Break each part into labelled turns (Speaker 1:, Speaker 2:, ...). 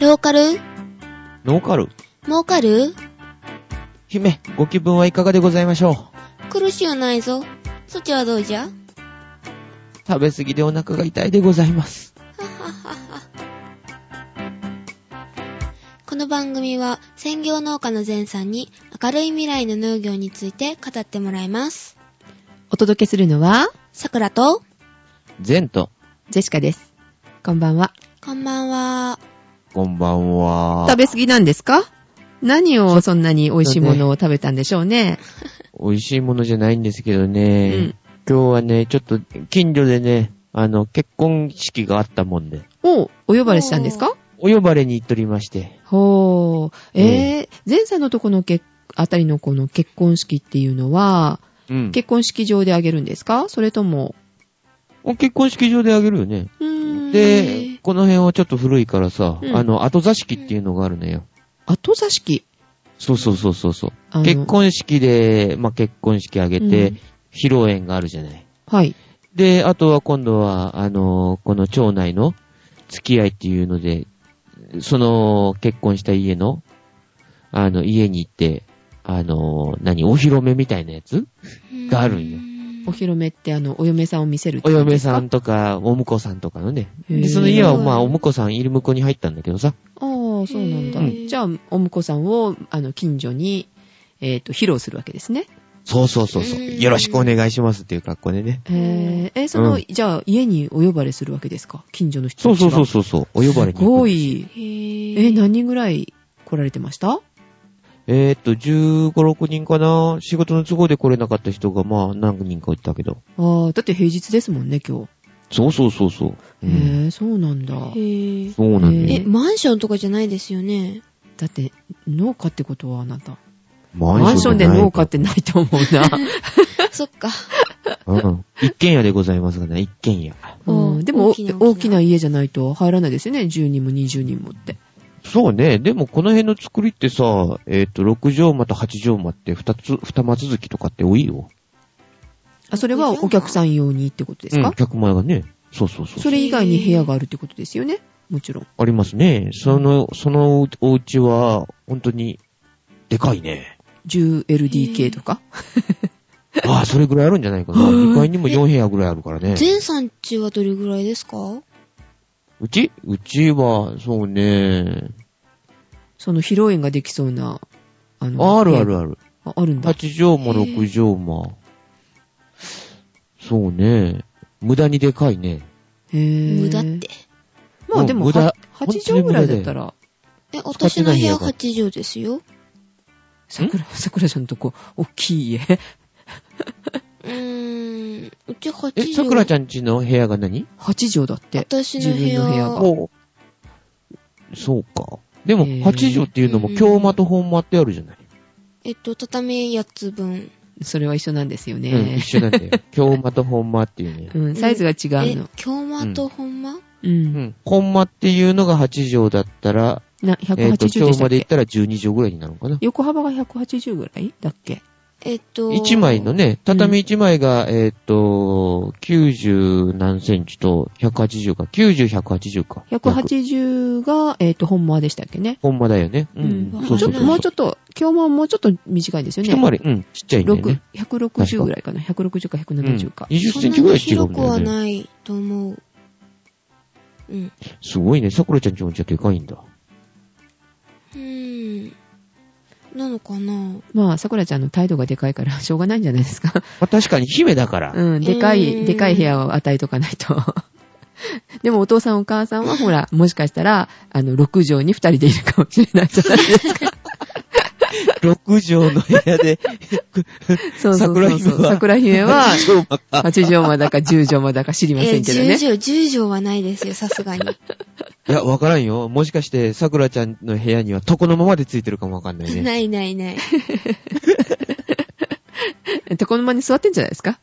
Speaker 1: ローカル
Speaker 2: ノーカル。
Speaker 1: 儲かる
Speaker 2: 姫、ご気分はいかがでございましょ
Speaker 1: 苦しゅうないぞ。そちはどうじゃは
Speaker 2: う。食べ過ぎでお腹が痛いでございます。
Speaker 1: ははは。この番組は、専業農家の前さんに、明るい未来の農業について語ってもらいます。
Speaker 3: お届けするのは、
Speaker 1: さくらと、
Speaker 2: 善と、
Speaker 3: ジェシカです。こんばんは。
Speaker 1: こんばんは。
Speaker 2: こんばんは。
Speaker 3: 食べ過ぎなんですか何をそんなに美味しいものを食べたんでしょうね。
Speaker 2: 美味しいものじゃないんですけど
Speaker 3: う
Speaker 2: ね。
Speaker 3: ん。
Speaker 2: 今日はね、ちょっと、近所でね、あの、結婚式があったもんで、
Speaker 3: おう、お呼ばれしたんですか
Speaker 2: お呼ばれに行っとりまして。
Speaker 3: ほう。えー、前さんのとこのけあたりのこの結婚式っていうのは、
Speaker 2: うん。
Speaker 3: 結婚式場であげるんですかそれとも、
Speaker 2: お結婚式場であげるよね。
Speaker 3: うーん。
Speaker 2: で、、この辺はちょっと古いからさ、
Speaker 3: うん
Speaker 2: あの、後座敷っていうのがあるのよ。
Speaker 3: 後座敷。
Speaker 2: そうそうそうそうそう。
Speaker 3: あの
Speaker 2: 結婚式で、まあ、結婚式あげて、
Speaker 3: うん
Speaker 2: 披露宴があるじゃない。
Speaker 3: はい。
Speaker 2: で、あとは今度は、あのこの町内の付き合いっていうので、その結婚した家の、あの、家に行って、あの何、お披露目みたいなやつがあるんよ
Speaker 3: お披露目ってあの、お嫁さんを見せるって
Speaker 2: お
Speaker 3: 感じ
Speaker 2: 嫁
Speaker 3: ですか
Speaker 2: さんとか、お婿さんとかのね。
Speaker 3: へ
Speaker 2: で、
Speaker 3: ー
Speaker 2: その家は、まあ、お婿さん、いる婿に入ったんだけどさ。
Speaker 3: ああ、そうなんだ。
Speaker 1: へー
Speaker 3: じゃあ、お婿さんを、あの、近所に、えっ、と、披露するわけですね。
Speaker 2: そうそうそうそ
Speaker 1: う
Speaker 2: う。
Speaker 1: ん
Speaker 2: よろしくお願いしますっていう格好でね。
Speaker 3: へーえその、
Speaker 2: うん
Speaker 3: じゃあ、家にお呼ばれするわけですか近所の人
Speaker 2: そう
Speaker 3: たち
Speaker 2: そ
Speaker 3: が
Speaker 2: うそうそうそう。お呼ばれに
Speaker 3: す
Speaker 2: 行
Speaker 3: ご
Speaker 2: く。
Speaker 3: い。
Speaker 1: へぇ
Speaker 3: え、何人ぐらい来られてました
Speaker 2: えーっと、15、6人かな仕事の都合で来れなかった人が、まあ、何人かいたけど。
Speaker 3: ああ、だって平日ですもんね、今
Speaker 2: そうそうそうそう。う
Speaker 3: 日。
Speaker 2: ん、
Speaker 3: へえ、そうなんだ。
Speaker 1: へぇ
Speaker 2: そうなんだ
Speaker 1: え、
Speaker 2: よ。
Speaker 3: ー
Speaker 1: マンションとかじゃないですよね。
Speaker 3: だって、農家ってことはあなた。マ
Speaker 2: マ
Speaker 3: ンションで
Speaker 2: ない
Speaker 3: 農家ってないと思う な。
Speaker 1: そっか。
Speaker 2: うん。一軒家でございますがね、一軒家。
Speaker 3: う
Speaker 1: うん
Speaker 3: ん、でも
Speaker 1: 大きな
Speaker 3: お大きな家じゃないと入らないですよね。10人も20人もって。
Speaker 2: そうね。でも、この辺の作りってさ、えーっと、6畳間と8畳間って2つ、2間続きとかって多いよ。
Speaker 3: あ、それはお客さん用にってことですか、
Speaker 2: うん、客前がね。そうそうそう。
Speaker 3: それ以外に部屋があるってことですよね。もちろん。
Speaker 2: ありますね。その、そのお家は、本当に、でかい ね。
Speaker 3: 10LDK とか。
Speaker 2: ああ、それぐらいあるんじゃないかな。2階にも4部屋ぐらいあるからね。
Speaker 1: 全産地はどれぐらいですか
Speaker 2: うちうちは、そうね。
Speaker 3: その披露宴ができそうな、あの、
Speaker 2: あるあ
Speaker 3: 部
Speaker 2: る
Speaker 3: 屋。
Speaker 2: ある。
Speaker 3: ああるんだ。
Speaker 2: 8畳も6畳も。そうね。無駄にでかいね。
Speaker 3: へー
Speaker 1: 無駄って。。
Speaker 3: まあで
Speaker 2: うん
Speaker 3: も、
Speaker 2: 無駄
Speaker 3: は8畳ぐらいだったら、
Speaker 1: え、
Speaker 2: 使っ
Speaker 1: 私
Speaker 2: て
Speaker 1: の
Speaker 2: ない
Speaker 1: 部
Speaker 2: 部屋
Speaker 1: 屋
Speaker 2: が
Speaker 1: 8畳ですよ。
Speaker 3: 桜、桜ちゃんのとこ、大きい家。
Speaker 1: うーん、うち8畳。
Speaker 2: え、さくらちゃんちの部屋が何
Speaker 3: 8畳だって。
Speaker 1: 私の部
Speaker 3: 自分の部屋
Speaker 1: 屋
Speaker 3: が
Speaker 1: が。
Speaker 2: おそうか。でも、
Speaker 3: へー
Speaker 2: 8畳っていうのも、京間と本間ってあるじゃない。
Speaker 1: えっと、畳8つ分。
Speaker 3: それは一緒なんですよ
Speaker 2: うん、
Speaker 3: ね。
Speaker 2: 一緒なんだ よ。京間と本間っていうね。
Speaker 3: うん、サイズが違
Speaker 1: え
Speaker 3: うの。、
Speaker 1: 京間と本間
Speaker 3: う。
Speaker 2: うんん。本間っていうのが8畳だったら、
Speaker 3: な、
Speaker 2: えっ、
Speaker 3: 180
Speaker 2: と、
Speaker 3: で
Speaker 2: 今
Speaker 3: し
Speaker 2: 日
Speaker 3: た
Speaker 2: ま
Speaker 3: っ
Speaker 2: で行っ
Speaker 3: け
Speaker 2: たら12畳ぐらいになるのかな。
Speaker 3: 横幅が180ぐらいだっけ
Speaker 1: えっと、
Speaker 2: 1枚のね、畳1枚が、えっ、と、90何センチと180か。90、180か。約。
Speaker 3: ?180 が、えっと、本間でしたっけね。
Speaker 2: ほんまだよね。う。
Speaker 3: うんん
Speaker 2: そう
Speaker 3: ち
Speaker 2: そ
Speaker 3: ょ
Speaker 2: うそ
Speaker 3: っと、
Speaker 2: う。
Speaker 3: もうちょっと、今日ももうちょっと短いですよね。
Speaker 2: 一回り、うん、ちっちゃいんだよ
Speaker 3: 6
Speaker 2: ね。
Speaker 3: 160ぐらいかな。160か170か。
Speaker 2: うん20
Speaker 1: そ
Speaker 2: セ
Speaker 1: ん
Speaker 2: ン
Speaker 1: な
Speaker 2: チぐら
Speaker 1: に
Speaker 2: い違う
Speaker 1: 広
Speaker 2: ん
Speaker 1: く
Speaker 2: だよ
Speaker 1: は
Speaker 2: ね。
Speaker 1: ないと思う。うん。
Speaker 2: すごいね。さくらちゃんちもじゃでかいんだ。
Speaker 1: うーん。なのかな
Speaker 3: まあ、桜ちゃんの態度がでかいから、 しょうがないんじゃないですか。
Speaker 2: まあ、確かに姫だから。
Speaker 3: うん、でかい、でかい部屋を与えとかないと。 でも、お父さんお母さんは、ほら、もしかしたら、あの、6畳に2人でいるかもしれないじゃないですか。
Speaker 2: 6畳の部屋 で、
Speaker 3: そうそうそうそう。
Speaker 2: 桜
Speaker 3: 桜姫は、
Speaker 2: 8 畳
Speaker 3: 8畳まだか10畳まだか知りま
Speaker 1: え
Speaker 3: せ
Speaker 1: ー、
Speaker 3: んけど
Speaker 1: 10
Speaker 3: ね。
Speaker 1: 畳、10畳はないですよ、さす がに。
Speaker 2: いや、わからんよ。もしかして、さくらちゃんの部屋には床のままでついてるかもわかんないね。
Speaker 1: ないないない。
Speaker 3: 床の間に座ってんじゃないですか。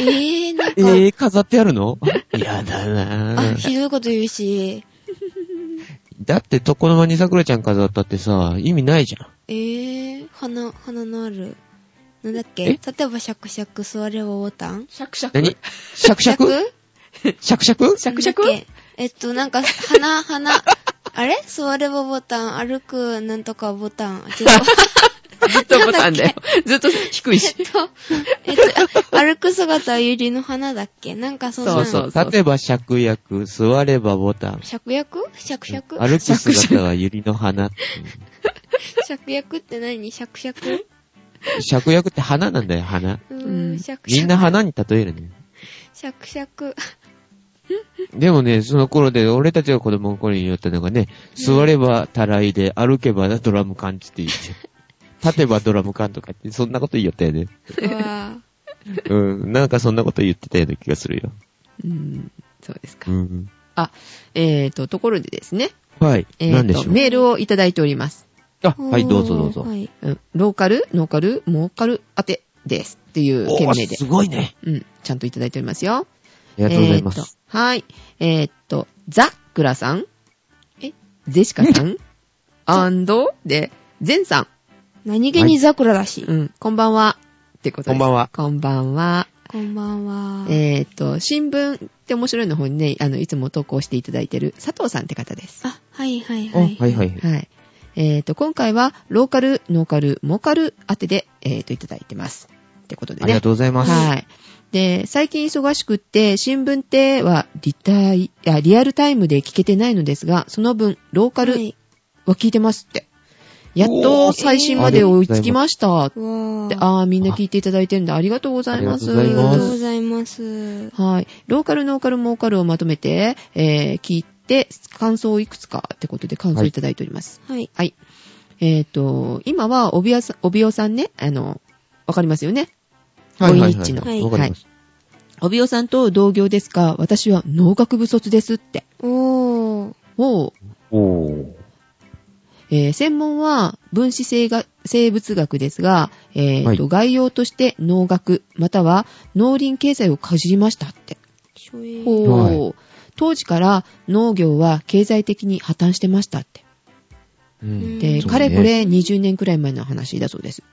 Speaker 1: えー、なんか、
Speaker 2: えー、飾ってあるの やだな
Speaker 1: あ、
Speaker 2: ぁ。
Speaker 1: ひどいこと言うし、
Speaker 2: だって床の間にさくらちゃん飾ったってさ、意味ないじゃん。
Speaker 1: えー、花、花のある。なんだっけ
Speaker 2: え
Speaker 1: 例えば、シャクシャク、座ればボタン
Speaker 3: シャクシャ
Speaker 2: 何シャクシャクシャクシャク
Speaker 3: シャクシャク
Speaker 1: なんだっけえっと、なんか、花、花、あれ座ればボタン、歩くなんとかボ タン。違う。
Speaker 3: ずっ とボタンだよ。ずっと低 いし
Speaker 1: え。っと、えっと、あ歩く姿は百合の花だっけなんかそんな。
Speaker 3: そうそう
Speaker 2: 立てば芍薬、座ればボタン。
Speaker 1: 芍薬芍薬
Speaker 2: 歩く姿は百合の花っていう。
Speaker 1: 芍薬って何芍薬
Speaker 2: 芍薬って花なんだよ、花。
Speaker 1: う
Speaker 3: う
Speaker 1: ーん、
Speaker 3: ん
Speaker 1: 芍
Speaker 2: みんな花に例えるね。
Speaker 1: 芍芍。
Speaker 2: でもね、その頃で、俺たちが子供の頃に言ったのがね、座ればたらいで、歩けばドラム缶って言って、立てばドラム缶とかって、そんなこと言ったよね。
Speaker 1: うわ
Speaker 2: うん、なんかそんなこと言ってたような気がするよ。
Speaker 3: うん、そうですか
Speaker 2: う。ん。
Speaker 3: あ、えーと、ところでですね、
Speaker 2: はい。
Speaker 3: え
Speaker 2: なんで
Speaker 3: ー
Speaker 2: し
Speaker 3: と、
Speaker 2: ょう。
Speaker 3: メールをいただいております。
Speaker 2: あ、
Speaker 1: ー
Speaker 2: はい、どうぞどうぞ。
Speaker 1: はい。
Speaker 3: うん、ローカル、ノーカル、モーカル当てです。っていう
Speaker 2: お
Speaker 3: 件
Speaker 2: ー。
Speaker 3: 名です
Speaker 2: ごいね。
Speaker 3: うん、ちゃんといただいておりますよ。
Speaker 2: ありがとうございま
Speaker 3: えー
Speaker 2: す。
Speaker 3: とはい。えーっと、ザ・クラさん。
Speaker 1: え
Speaker 3: ゼシカさん。 アンド、で、ゼンさん。
Speaker 1: 何気に桜だし。
Speaker 3: うん、こんばんは。ってこと
Speaker 2: こ
Speaker 3: です。
Speaker 2: んばんは
Speaker 3: こんばんは。
Speaker 1: こんばんは。
Speaker 3: えーっと、新聞って面白いの方にね、あの、いつも投稿していただいてる佐藤さんって方です。
Speaker 1: あ、はいはい
Speaker 2: あ
Speaker 1: は。
Speaker 2: はいいはい。
Speaker 3: はい。えーっと、今回は、ローカル、ノーカル、モーカル当てで、えーっと、いただいてます。ってことでね。
Speaker 2: ありがとうございます。
Speaker 3: はい。で、最近忙しくって、新聞ってはリタイあ、リアルタイムで聞けてないのですが、その分、ローカ
Speaker 1: は
Speaker 3: ル
Speaker 1: い
Speaker 3: は聞いてますって。やっ
Speaker 2: お
Speaker 3: と
Speaker 2: ー
Speaker 3: 最新まで追いつきました。
Speaker 1: うわ
Speaker 3: で
Speaker 1: ー
Speaker 3: あー、みんな聞いていただいてるんだ。ありがとうございます。
Speaker 2: あり
Speaker 1: ありが
Speaker 2: が
Speaker 1: と
Speaker 2: と
Speaker 1: う
Speaker 2: う
Speaker 1: ご
Speaker 2: ご
Speaker 1: ざいます。
Speaker 3: はい。ローカル、ノーカル、モーカルをまとめて、えー聞いて、感想をいくつかってことで感想をいただいております。
Speaker 1: はい。
Speaker 3: はい。えっ、と、今は、帯屋さん、帯尾さんね、あの、わかりますよね。
Speaker 2: はいは
Speaker 3: ボイ
Speaker 2: い
Speaker 3: ニッチの
Speaker 2: は
Speaker 1: はい
Speaker 2: い。わかります。
Speaker 3: 帯尾さんと同業ですが、私は農学部卒ですって。
Speaker 1: おー。
Speaker 3: おう
Speaker 2: おー。
Speaker 3: えー専門は分子生が生物学ですが、えーと
Speaker 2: はい
Speaker 3: 概要として農学、または農林経済をかじりましたって。
Speaker 1: しょえ
Speaker 3: お
Speaker 1: ー
Speaker 3: ー当時から農業は経済的に破綻してましたって。
Speaker 2: うん
Speaker 3: で、
Speaker 2: そうね
Speaker 3: かれこれ20年くらい前の話だそうです。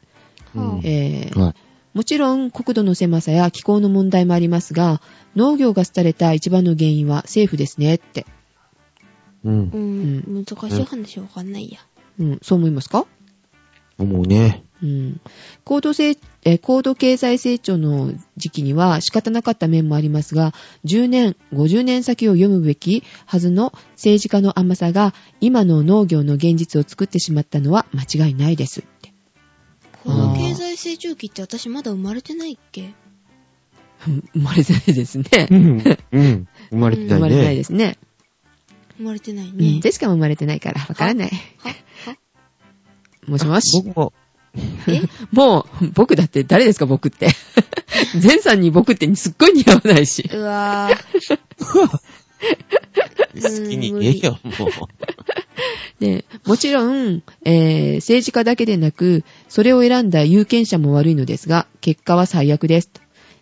Speaker 2: うん
Speaker 3: えー
Speaker 2: はい。
Speaker 3: もちろん国土の狭さや気候の問題もありますが、農業が廃れた一番の原因は政府ですねって。
Speaker 2: う。
Speaker 1: うんん、難しい話わかんないや。
Speaker 3: うん、そう思いますか
Speaker 2: 思うね。
Speaker 3: うん高度成えー高度経済成長の時期には仕方なかった面もありますが、10年、50年先を読むべきはずの政治家の甘さが今の農業の現実を作ってしまったのは間違いないですって。
Speaker 1: この経済成長期って私まだ生まれてないっけ
Speaker 3: うん生まれてないですね
Speaker 2: う。ん。うん。生まれてな
Speaker 3: 生
Speaker 2: いね。
Speaker 3: まれてないですね。
Speaker 1: 生まれてない
Speaker 3: うん
Speaker 1: ね。
Speaker 3: ジェシカも生まれてないからわからない。
Speaker 1: はは
Speaker 3: もしもし。
Speaker 2: 僕も、
Speaker 1: え
Speaker 3: もう、僕だって誰ですか僕 って。前さんに僕ってすっごい似合わないし。
Speaker 1: うわぁ。
Speaker 2: 好きに言えよ、 もう。
Speaker 3: で、もちろん、えー政治家だけでなく、それを選んだ有権者も悪いのですが、結果は最悪です。と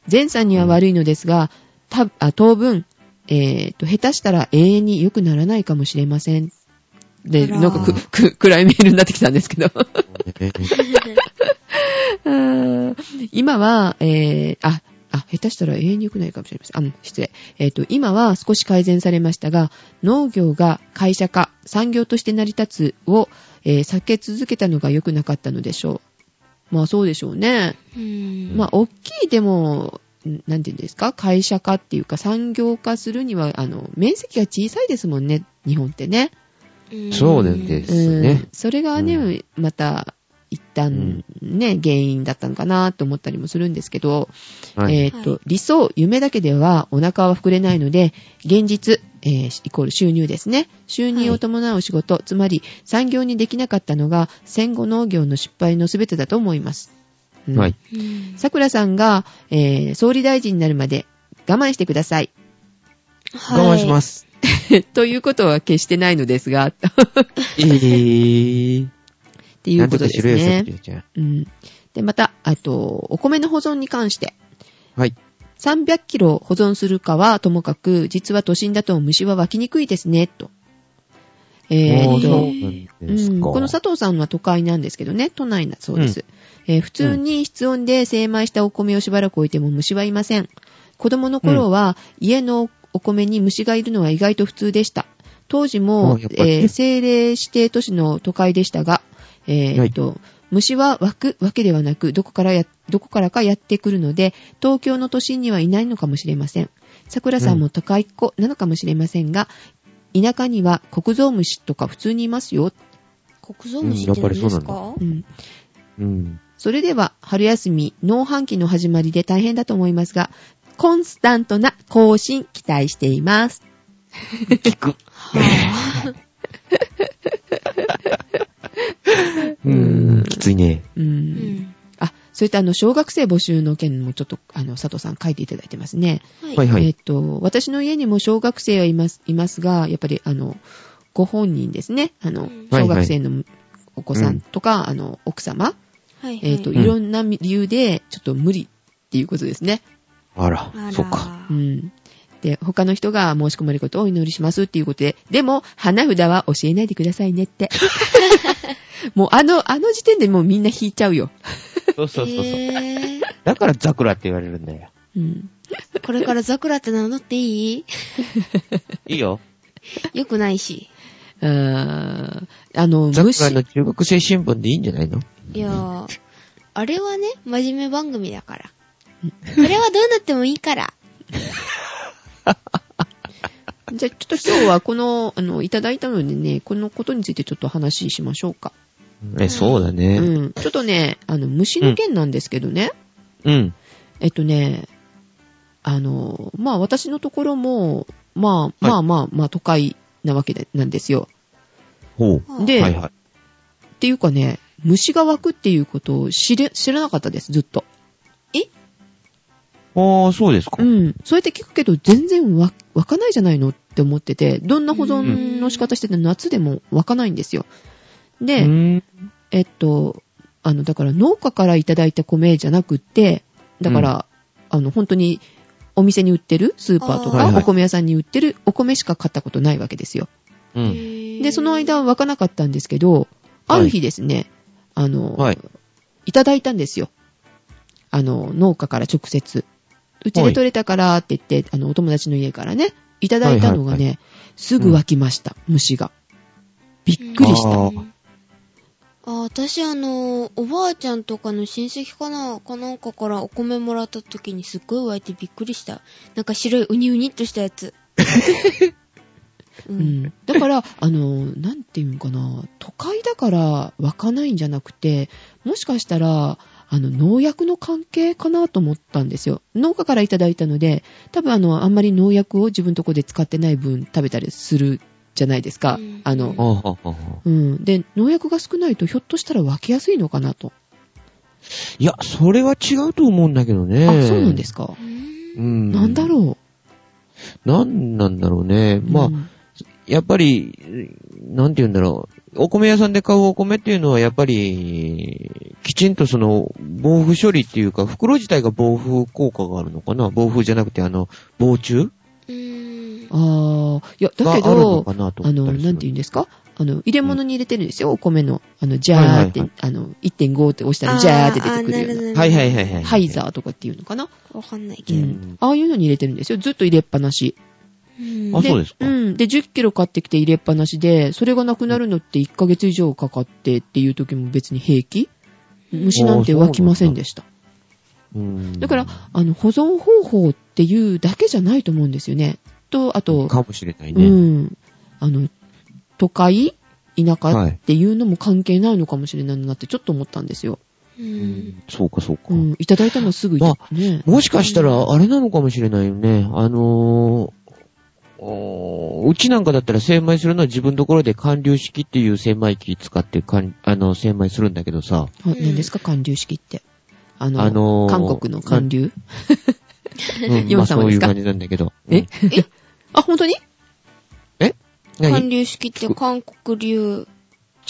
Speaker 3: 前さんには悪いのですが、たあ当分、えーと、下手したら永遠に良くならないかもしれません。で、
Speaker 1: あらー
Speaker 3: なんかく、く、暗いメールになってきたんですけど。 あー今は、えー、あ、あ、下手したら永遠に良くないかもしれません。あ、うん失礼。えっ、と、今は少し改善されましたが、農業が会社化、産業として成り立つを、えー避け続けたのが良くなかったのでしょう。まあそうでしょうね。
Speaker 1: うん。
Speaker 3: まあ大きいでも、んなんていうんですか、会社化っていうか産業化するには、あの、面積が小さいですもんね、日本ってね。
Speaker 1: うん
Speaker 2: そうなんで
Speaker 3: う
Speaker 2: すね
Speaker 3: ん。それがね、
Speaker 2: う
Speaker 3: また、一旦ね、原因だったのかなと思ったりもするんですけど、
Speaker 2: はい。
Speaker 3: えーっと、
Speaker 1: はい
Speaker 3: 理想、夢だけではお腹は膨れないので、現実、えーイコール収入ですね。収入を伴う仕事、つまり産業にできなかったのが戦後農業の失敗の全てだと思います。うん
Speaker 2: はい。。
Speaker 1: うん。
Speaker 3: さくらさんが、えー総理大臣になるまで我慢してください。
Speaker 2: 我慢しますす。
Speaker 3: ということは決してないのですが、 っ
Speaker 2: えー。
Speaker 3: ていうこと
Speaker 2: なんとか
Speaker 3: です
Speaker 2: しろよ、
Speaker 3: ね
Speaker 2: さく。らちゃん。
Speaker 3: うん。で、また、あと、お米の保存に関して、
Speaker 2: はい。
Speaker 3: 300キロ保存するかはともかく、実は都心だと虫は湧きにくいですね、と。え
Speaker 2: もうそう
Speaker 3: ーと、
Speaker 2: なんで
Speaker 3: う
Speaker 2: す
Speaker 3: ん、
Speaker 2: か。
Speaker 3: この佐藤さんは都会なんですけどね、都内だそうです。えー普通に室温で精米したお米をしばらく置いても虫はいません。子供の頃は、家のお米に虫がいるのは意外と普通でした。当時も
Speaker 2: あやっ、ぱりね
Speaker 3: えー政令指定都市の都会でしたが、えー
Speaker 2: はい
Speaker 3: えっと、虫は湧くわけではなく、どこからや、どこからかやってくるので、東京の都心にはいないのかもしれません。桜さんも都会っ子なのかもしれませんが、田舎には国蔵虫とか普通にいますよ。
Speaker 1: 国蔵虫って何です
Speaker 2: うんやっぱりそう
Speaker 1: か
Speaker 3: うん。
Speaker 2: うん。
Speaker 3: それでは、春休み、農繁期の始まりで大変だと思いますが、コンスタントな更新期待しています。
Speaker 2: 聞く。
Speaker 1: は
Speaker 2: うーん、きついね。
Speaker 3: うーん。
Speaker 1: ぁ。うん。
Speaker 3: あ、それとあの、小学生募集の件もちょっと、あの、佐藤さん書いていただいてますね。
Speaker 2: はいは
Speaker 3: え
Speaker 2: い
Speaker 3: っ。と、私の家にも小学生はいます、いますが、やっぱりあの、ご本人ですね。あ
Speaker 1: う
Speaker 3: の
Speaker 1: ん、
Speaker 3: 小学生のお子さんとか、あの、奥様、
Speaker 1: はいはい。
Speaker 3: えっ、と、
Speaker 2: ん
Speaker 3: いろんな理由で、ちょっと無理っていうことですね。
Speaker 2: あら
Speaker 1: あら、
Speaker 2: そっか。。
Speaker 3: うん。で、他の人が申し込まれることをお祈りしますっていうことで、でも、花札は教えないでくださいねって。もう、あの、あの時点でもうみんな引いちゃうよ。
Speaker 2: そうそうそうそう。
Speaker 1: へぇ
Speaker 2: だからザクラって言われるんだよ。
Speaker 3: うん。
Speaker 1: ー。これからザクラって名乗っていい
Speaker 2: いいよ。
Speaker 1: よくないし。
Speaker 3: あーあの、
Speaker 2: ザク
Speaker 3: 無視
Speaker 2: ラ。の中国製新聞でいいんじゃないの
Speaker 1: いやー、あれはね、真面目番組だから。それはどうなってもいいから。
Speaker 3: じゃあ、ちょっと今日はこの、あの、いただいたのでね、このことについてちょっと話しましょうか。
Speaker 2: え、そうだ
Speaker 3: う
Speaker 2: ね。
Speaker 3: ん。ちょっとね、あの、虫の件なんですけどね、
Speaker 2: うん。
Speaker 3: えっとね、あの、まあ、私のところも、まあ、まあまあ、まあ、都会なわけでなんですよ。
Speaker 2: ほう。
Speaker 1: はあ
Speaker 3: で
Speaker 2: はいはい。
Speaker 3: っていうかね、虫が湧くっていうことを知れ、知らなかったです、ずっと。
Speaker 2: ああ、そうですか
Speaker 3: う。ん。そうやって聞くけど、全然わ湧かないじゃないのって思ってて、どんな保存の仕方してて夏でも湧かないんですよ。
Speaker 2: う
Speaker 3: で、
Speaker 2: ん。
Speaker 3: えっと、あの、だから農家からいただいた米じゃなくって、だから、あの、本当に、お店に売ってる、スーパ
Speaker 2: あー
Speaker 3: ーと
Speaker 2: はい
Speaker 3: か、
Speaker 2: はい
Speaker 3: お米屋さんに売ってるお米しか買ったことないわけですよ。
Speaker 2: う
Speaker 1: へ
Speaker 2: ん。
Speaker 1: ー
Speaker 3: で、その間は湧かなかったんですけど、ある日ですね、あの、
Speaker 2: はい
Speaker 3: い、ただいたんですよ。あの、農家から直接。うちで取れたからって言って、あの、お友達の家からね、いただいたのがね、
Speaker 2: はいはい
Speaker 3: すぐ湧きました、虫が。びっくりし
Speaker 2: う
Speaker 3: た。
Speaker 2: ん
Speaker 1: あーあー、私あの、おばあちゃんとかの親戚かな、かなんかからお米もらった時にすっごい湧いてびっくりした。なんか白いウニウニっとしたやつ。う。
Speaker 3: うんん、だから、あの、なんていうんかな、都会だから湧かないんじゃなくて、もしかしたら、あの、農薬の関係かなと思ったんですよ。農家からいただいたので、多分あの、あんまり農薬を自分とこで使ってない分食べたりするじゃないですか。
Speaker 1: うん
Speaker 3: あ
Speaker 2: あ
Speaker 3: の、
Speaker 2: あ、ああああ
Speaker 3: うん。で、農薬が少ないとひょっとしたら湧きやすいのかなと。
Speaker 2: いや、それは違うと思うんだけどね。
Speaker 3: あ、そうなんですか。
Speaker 1: うん
Speaker 2: うん。
Speaker 3: なんだろ
Speaker 2: う。なんなんだろうね。
Speaker 3: う。
Speaker 2: まあ
Speaker 3: う、ん
Speaker 2: やっぱり、なんて言うんだろう。お米屋さんで買うお米っていうのは、やっぱり、きちんとその、防腐処理っていうか、袋自体が防腐効果があるのかな防腐じゃなくて、あの、防虫
Speaker 1: うん。
Speaker 3: ああ、いや、
Speaker 2: が
Speaker 3: だ
Speaker 2: あ
Speaker 3: け
Speaker 2: る
Speaker 3: ど
Speaker 2: の、かなと
Speaker 3: あ
Speaker 2: 思っ
Speaker 3: の、
Speaker 2: たりする。
Speaker 3: なんて言うんですかあの、入れ物に入れてるんですよ、お米の。あの、ジ
Speaker 2: はいはい
Speaker 3: ャ
Speaker 2: は
Speaker 3: ー
Speaker 2: い
Speaker 3: って、あの、1.5って押したら、ジャーって出てくるような。
Speaker 2: はいはいはいはい。
Speaker 3: ハイザーとかっていうのかな、
Speaker 1: わかんないうけ
Speaker 3: ん
Speaker 1: ど。
Speaker 2: ん
Speaker 3: ああいうのに入れてるんですよ。ずっと入れっぱなし。
Speaker 1: うん
Speaker 2: あそうですか
Speaker 3: うん。で、10キロ買ってきて入れっぱなしで、それがなくなるのって1ヶ月以上かかってっていう時も別に平気虫なんて湧きませんでした。
Speaker 2: うん。
Speaker 3: だから、あの、保存方法っていうだけじゃないと思うんですよね。と、あと、
Speaker 2: かもしれないうね。
Speaker 3: ん。あの、都会田舎
Speaker 2: はい
Speaker 3: っていうのも関係ないのかもしれないなってちょっと思ったんですよ。
Speaker 1: う。
Speaker 2: うんんそうかそうか
Speaker 3: う。ん。いただいたのはすぐいた
Speaker 2: ま
Speaker 3: ね。
Speaker 2: もしかしたら、あれなのかもしれないよね。あのーおーうちなんかだったら精米するのは自分のところで管流式っていう精米機使ってかんあの、精米するんだけどさ。
Speaker 3: は何ですか韓流式って。あの、
Speaker 2: あのー
Speaker 3: 韓国の韓流。
Speaker 2: うん、
Speaker 3: ヨ
Speaker 2: ま
Speaker 3: ン
Speaker 2: あ
Speaker 3: さん
Speaker 2: そ
Speaker 3: は
Speaker 2: う
Speaker 3: で
Speaker 2: い
Speaker 3: す
Speaker 2: う
Speaker 3: か
Speaker 2: 感じなんだけど。
Speaker 3: えあ、本当に
Speaker 2: うん
Speaker 1: 韓
Speaker 2: 何
Speaker 1: 流式って韓国流。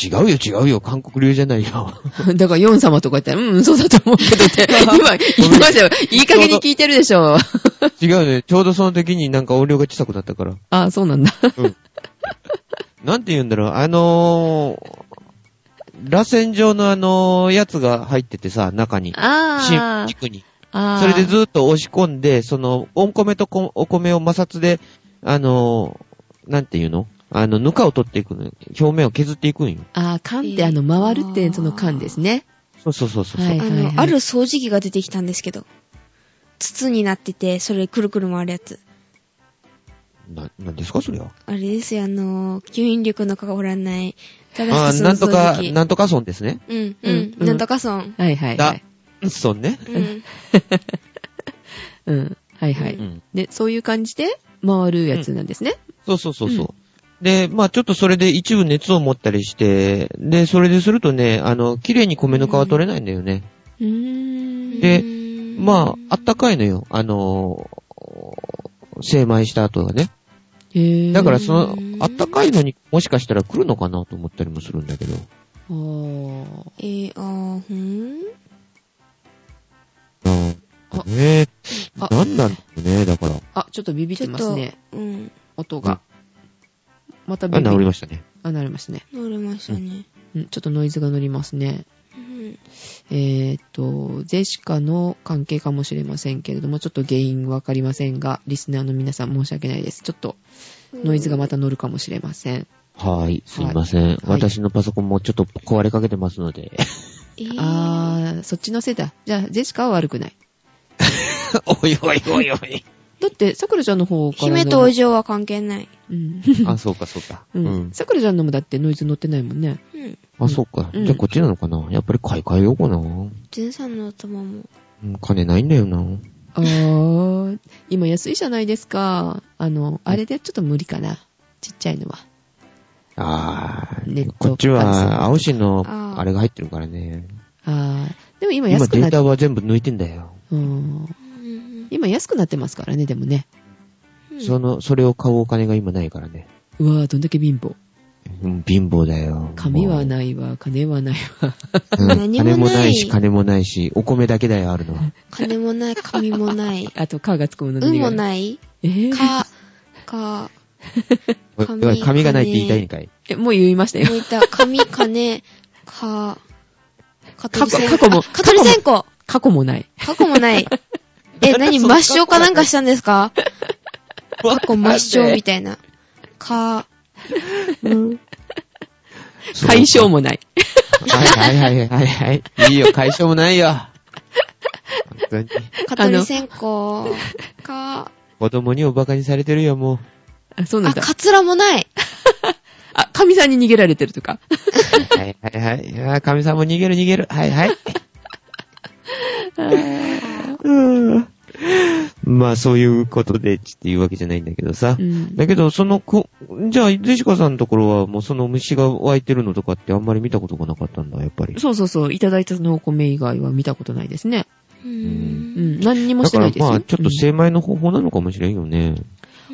Speaker 2: 違うよ違うよ、韓国流じゃない よ。
Speaker 3: だから、ヨン様とか言ったら、うん、そうだと思うけどって、 今、言いましたよ。いい加減に聞いてるでしょ。
Speaker 2: 違うね。ちょうどその時になんか音量が小さくなったから。
Speaker 3: あ、そうなんだ。
Speaker 2: なんて言うんだろう、あのー、螺旋状のあのーやつが入っててさ、中に。
Speaker 3: あー
Speaker 2: 軸に。
Speaker 3: あー。
Speaker 2: それでずっと押し込んで、その、お米とこお米を摩擦で、あのーなんていうのあの、ぬかを取っていくのよ。表面を削っていくんよ。
Speaker 3: あー、缶ってあの、回るってその缶ですね。
Speaker 2: そうそうそうそう。
Speaker 3: は
Speaker 1: あ
Speaker 3: い
Speaker 1: の、ある掃除機が出てきたんですけど、筒になってて、それくるくる回るやつ。
Speaker 2: な、なんですかそりゃ。
Speaker 1: あれですよ、あの、吸引力の変わらない、ただ
Speaker 2: あ
Speaker 1: 一つ
Speaker 2: ー
Speaker 1: の
Speaker 2: なんと
Speaker 1: 掃
Speaker 2: か
Speaker 1: 除、機。
Speaker 2: なんとか損ですね。
Speaker 1: うん、
Speaker 3: う
Speaker 1: うんん、
Speaker 3: うん
Speaker 1: なんとか損。
Speaker 3: はいはいはい。
Speaker 2: 損ね。
Speaker 1: うん。
Speaker 3: うん。はいは
Speaker 1: う
Speaker 2: う
Speaker 3: い。
Speaker 2: ん。
Speaker 3: で、そういう感じで回るやつなんですね。
Speaker 2: そうそうそうそう。で、まあちょっとそれで一部熱を持ったりして、で、それでするとね、あの、綺麗に米ぬかは取れないんだよね。
Speaker 3: うーん。
Speaker 2: で
Speaker 1: うん
Speaker 2: まああったかいのよ。あのー精米した後がね。
Speaker 3: へー
Speaker 2: だから
Speaker 3: あ
Speaker 2: その、あったかいのにもしかしたら来るのかなと思ったりもするんだけど。
Speaker 3: ー
Speaker 1: えー、あー、ふーん。
Speaker 2: うん
Speaker 3: あ。
Speaker 2: ねえ
Speaker 3: あ、
Speaker 2: なんなんだろうね、だから。
Speaker 3: あ、ちょっとビビってますね。
Speaker 1: うん。
Speaker 3: 音が。またビ
Speaker 2: あ、
Speaker 3: ビ
Speaker 2: 治り
Speaker 3: り。
Speaker 2: ましたね。
Speaker 3: あ、なりますね。
Speaker 1: 乗れましたね。
Speaker 3: うん、ちょっとノイズが乗りますね。
Speaker 1: うん。
Speaker 3: えーっと、ゼシカの関係かもしれませんけれども、ちょっと原因わかりませんが、リスナーの皆さん申し訳ないです。ちょっとノイズがまた乗るかもしれません。
Speaker 2: はい、すいません、私のパソコンもちょっと壊れかけてますの で。
Speaker 1: えー、
Speaker 3: あー、そっちのせいだ。じゃあ、ゼシカは悪くない。
Speaker 2: おいおいおいお い。
Speaker 3: だって、さくらちゃんの方からの。
Speaker 1: 姫とお嬢は関係ない。
Speaker 3: うん。
Speaker 2: あ、そうかそうか。
Speaker 3: う
Speaker 2: うんん。
Speaker 3: さくらちゃんのもだってノイズ乗ってない もんね。
Speaker 1: うん。
Speaker 2: あ、そうか。
Speaker 3: うん
Speaker 2: じゃあこっちなのかなやっぱり買い替えようかな。うん
Speaker 1: ジュンさんの頭も。
Speaker 2: 金ないんだよな。
Speaker 3: あー、今安いじゃないですか。あの、あれでちょっと無理かな。ちっちゃいのは。
Speaker 2: あ
Speaker 3: ネッ
Speaker 2: ー
Speaker 3: ト、
Speaker 2: こっち
Speaker 3: 回線
Speaker 2: は、青シの、
Speaker 1: あー
Speaker 2: あれが入ってるからね。
Speaker 3: あー、でも今
Speaker 2: 今
Speaker 3: 安く
Speaker 2: デ
Speaker 3: な
Speaker 2: ー
Speaker 3: って、
Speaker 2: タは全部抜いてんだよ。
Speaker 3: うん。
Speaker 1: うん。
Speaker 3: 今安くなってますからね、でもね。
Speaker 1: うん
Speaker 2: その、それを買うお金が今ないからね。
Speaker 3: うわー、どんだけ貧乏。
Speaker 2: うん、貧乏だよ。
Speaker 3: 髪は
Speaker 2: も
Speaker 3: ないわ、金はないわ。
Speaker 2: う。うん
Speaker 1: 何もない
Speaker 2: 金もないし、金もないし、お米だけだよ、あるのは。
Speaker 1: 金もない、髪も ない。
Speaker 3: あと、カーがつくもの
Speaker 1: 運も
Speaker 3: い。
Speaker 1: ない。
Speaker 3: えー
Speaker 1: か、か、
Speaker 2: おい
Speaker 1: 髪
Speaker 2: おい髪がないって言いたいんかい。
Speaker 3: え、もう言いましたよ。
Speaker 1: 抜いた、髪、金、か、か
Speaker 3: 過去過去も
Speaker 1: カトリ線香
Speaker 3: 過去もない。
Speaker 1: 過去もない。え、 何抹消かなんかしたんですか過去抹消みたいな。か、
Speaker 2: そう
Speaker 3: 解消もない。
Speaker 2: はいはいはいはいはい。いいよ、解消もないよ。本当に。
Speaker 1: カトリ線香、か、
Speaker 2: 子供にもバカにされてるよ、も
Speaker 3: あ、そうなん
Speaker 1: あ、
Speaker 3: だ。
Speaker 1: カツラもない。
Speaker 3: あ、神さんに逃げられて るとか。
Speaker 2: う。はいはいはい。いやー神様逃げる逃げる。はいはい。うんまあ、そういうことで、ちっていうわけじゃないんだけどさ
Speaker 3: う。ん。
Speaker 2: だけど、そのこ、じゃあ、ゼシカさんのところは、もうその虫が湧いてるのとかってあんまり見たことがなかったんだ、やっぱり。
Speaker 3: そうそうそう。いただいたそのお米以外は見たことないですね。
Speaker 1: う。
Speaker 3: うんん。何にも
Speaker 2: だ
Speaker 3: して
Speaker 2: か
Speaker 3: ない
Speaker 2: ら
Speaker 3: ですよ。
Speaker 2: まあ、ちょっと精米の方法なのかもしれんよね。
Speaker 3: うん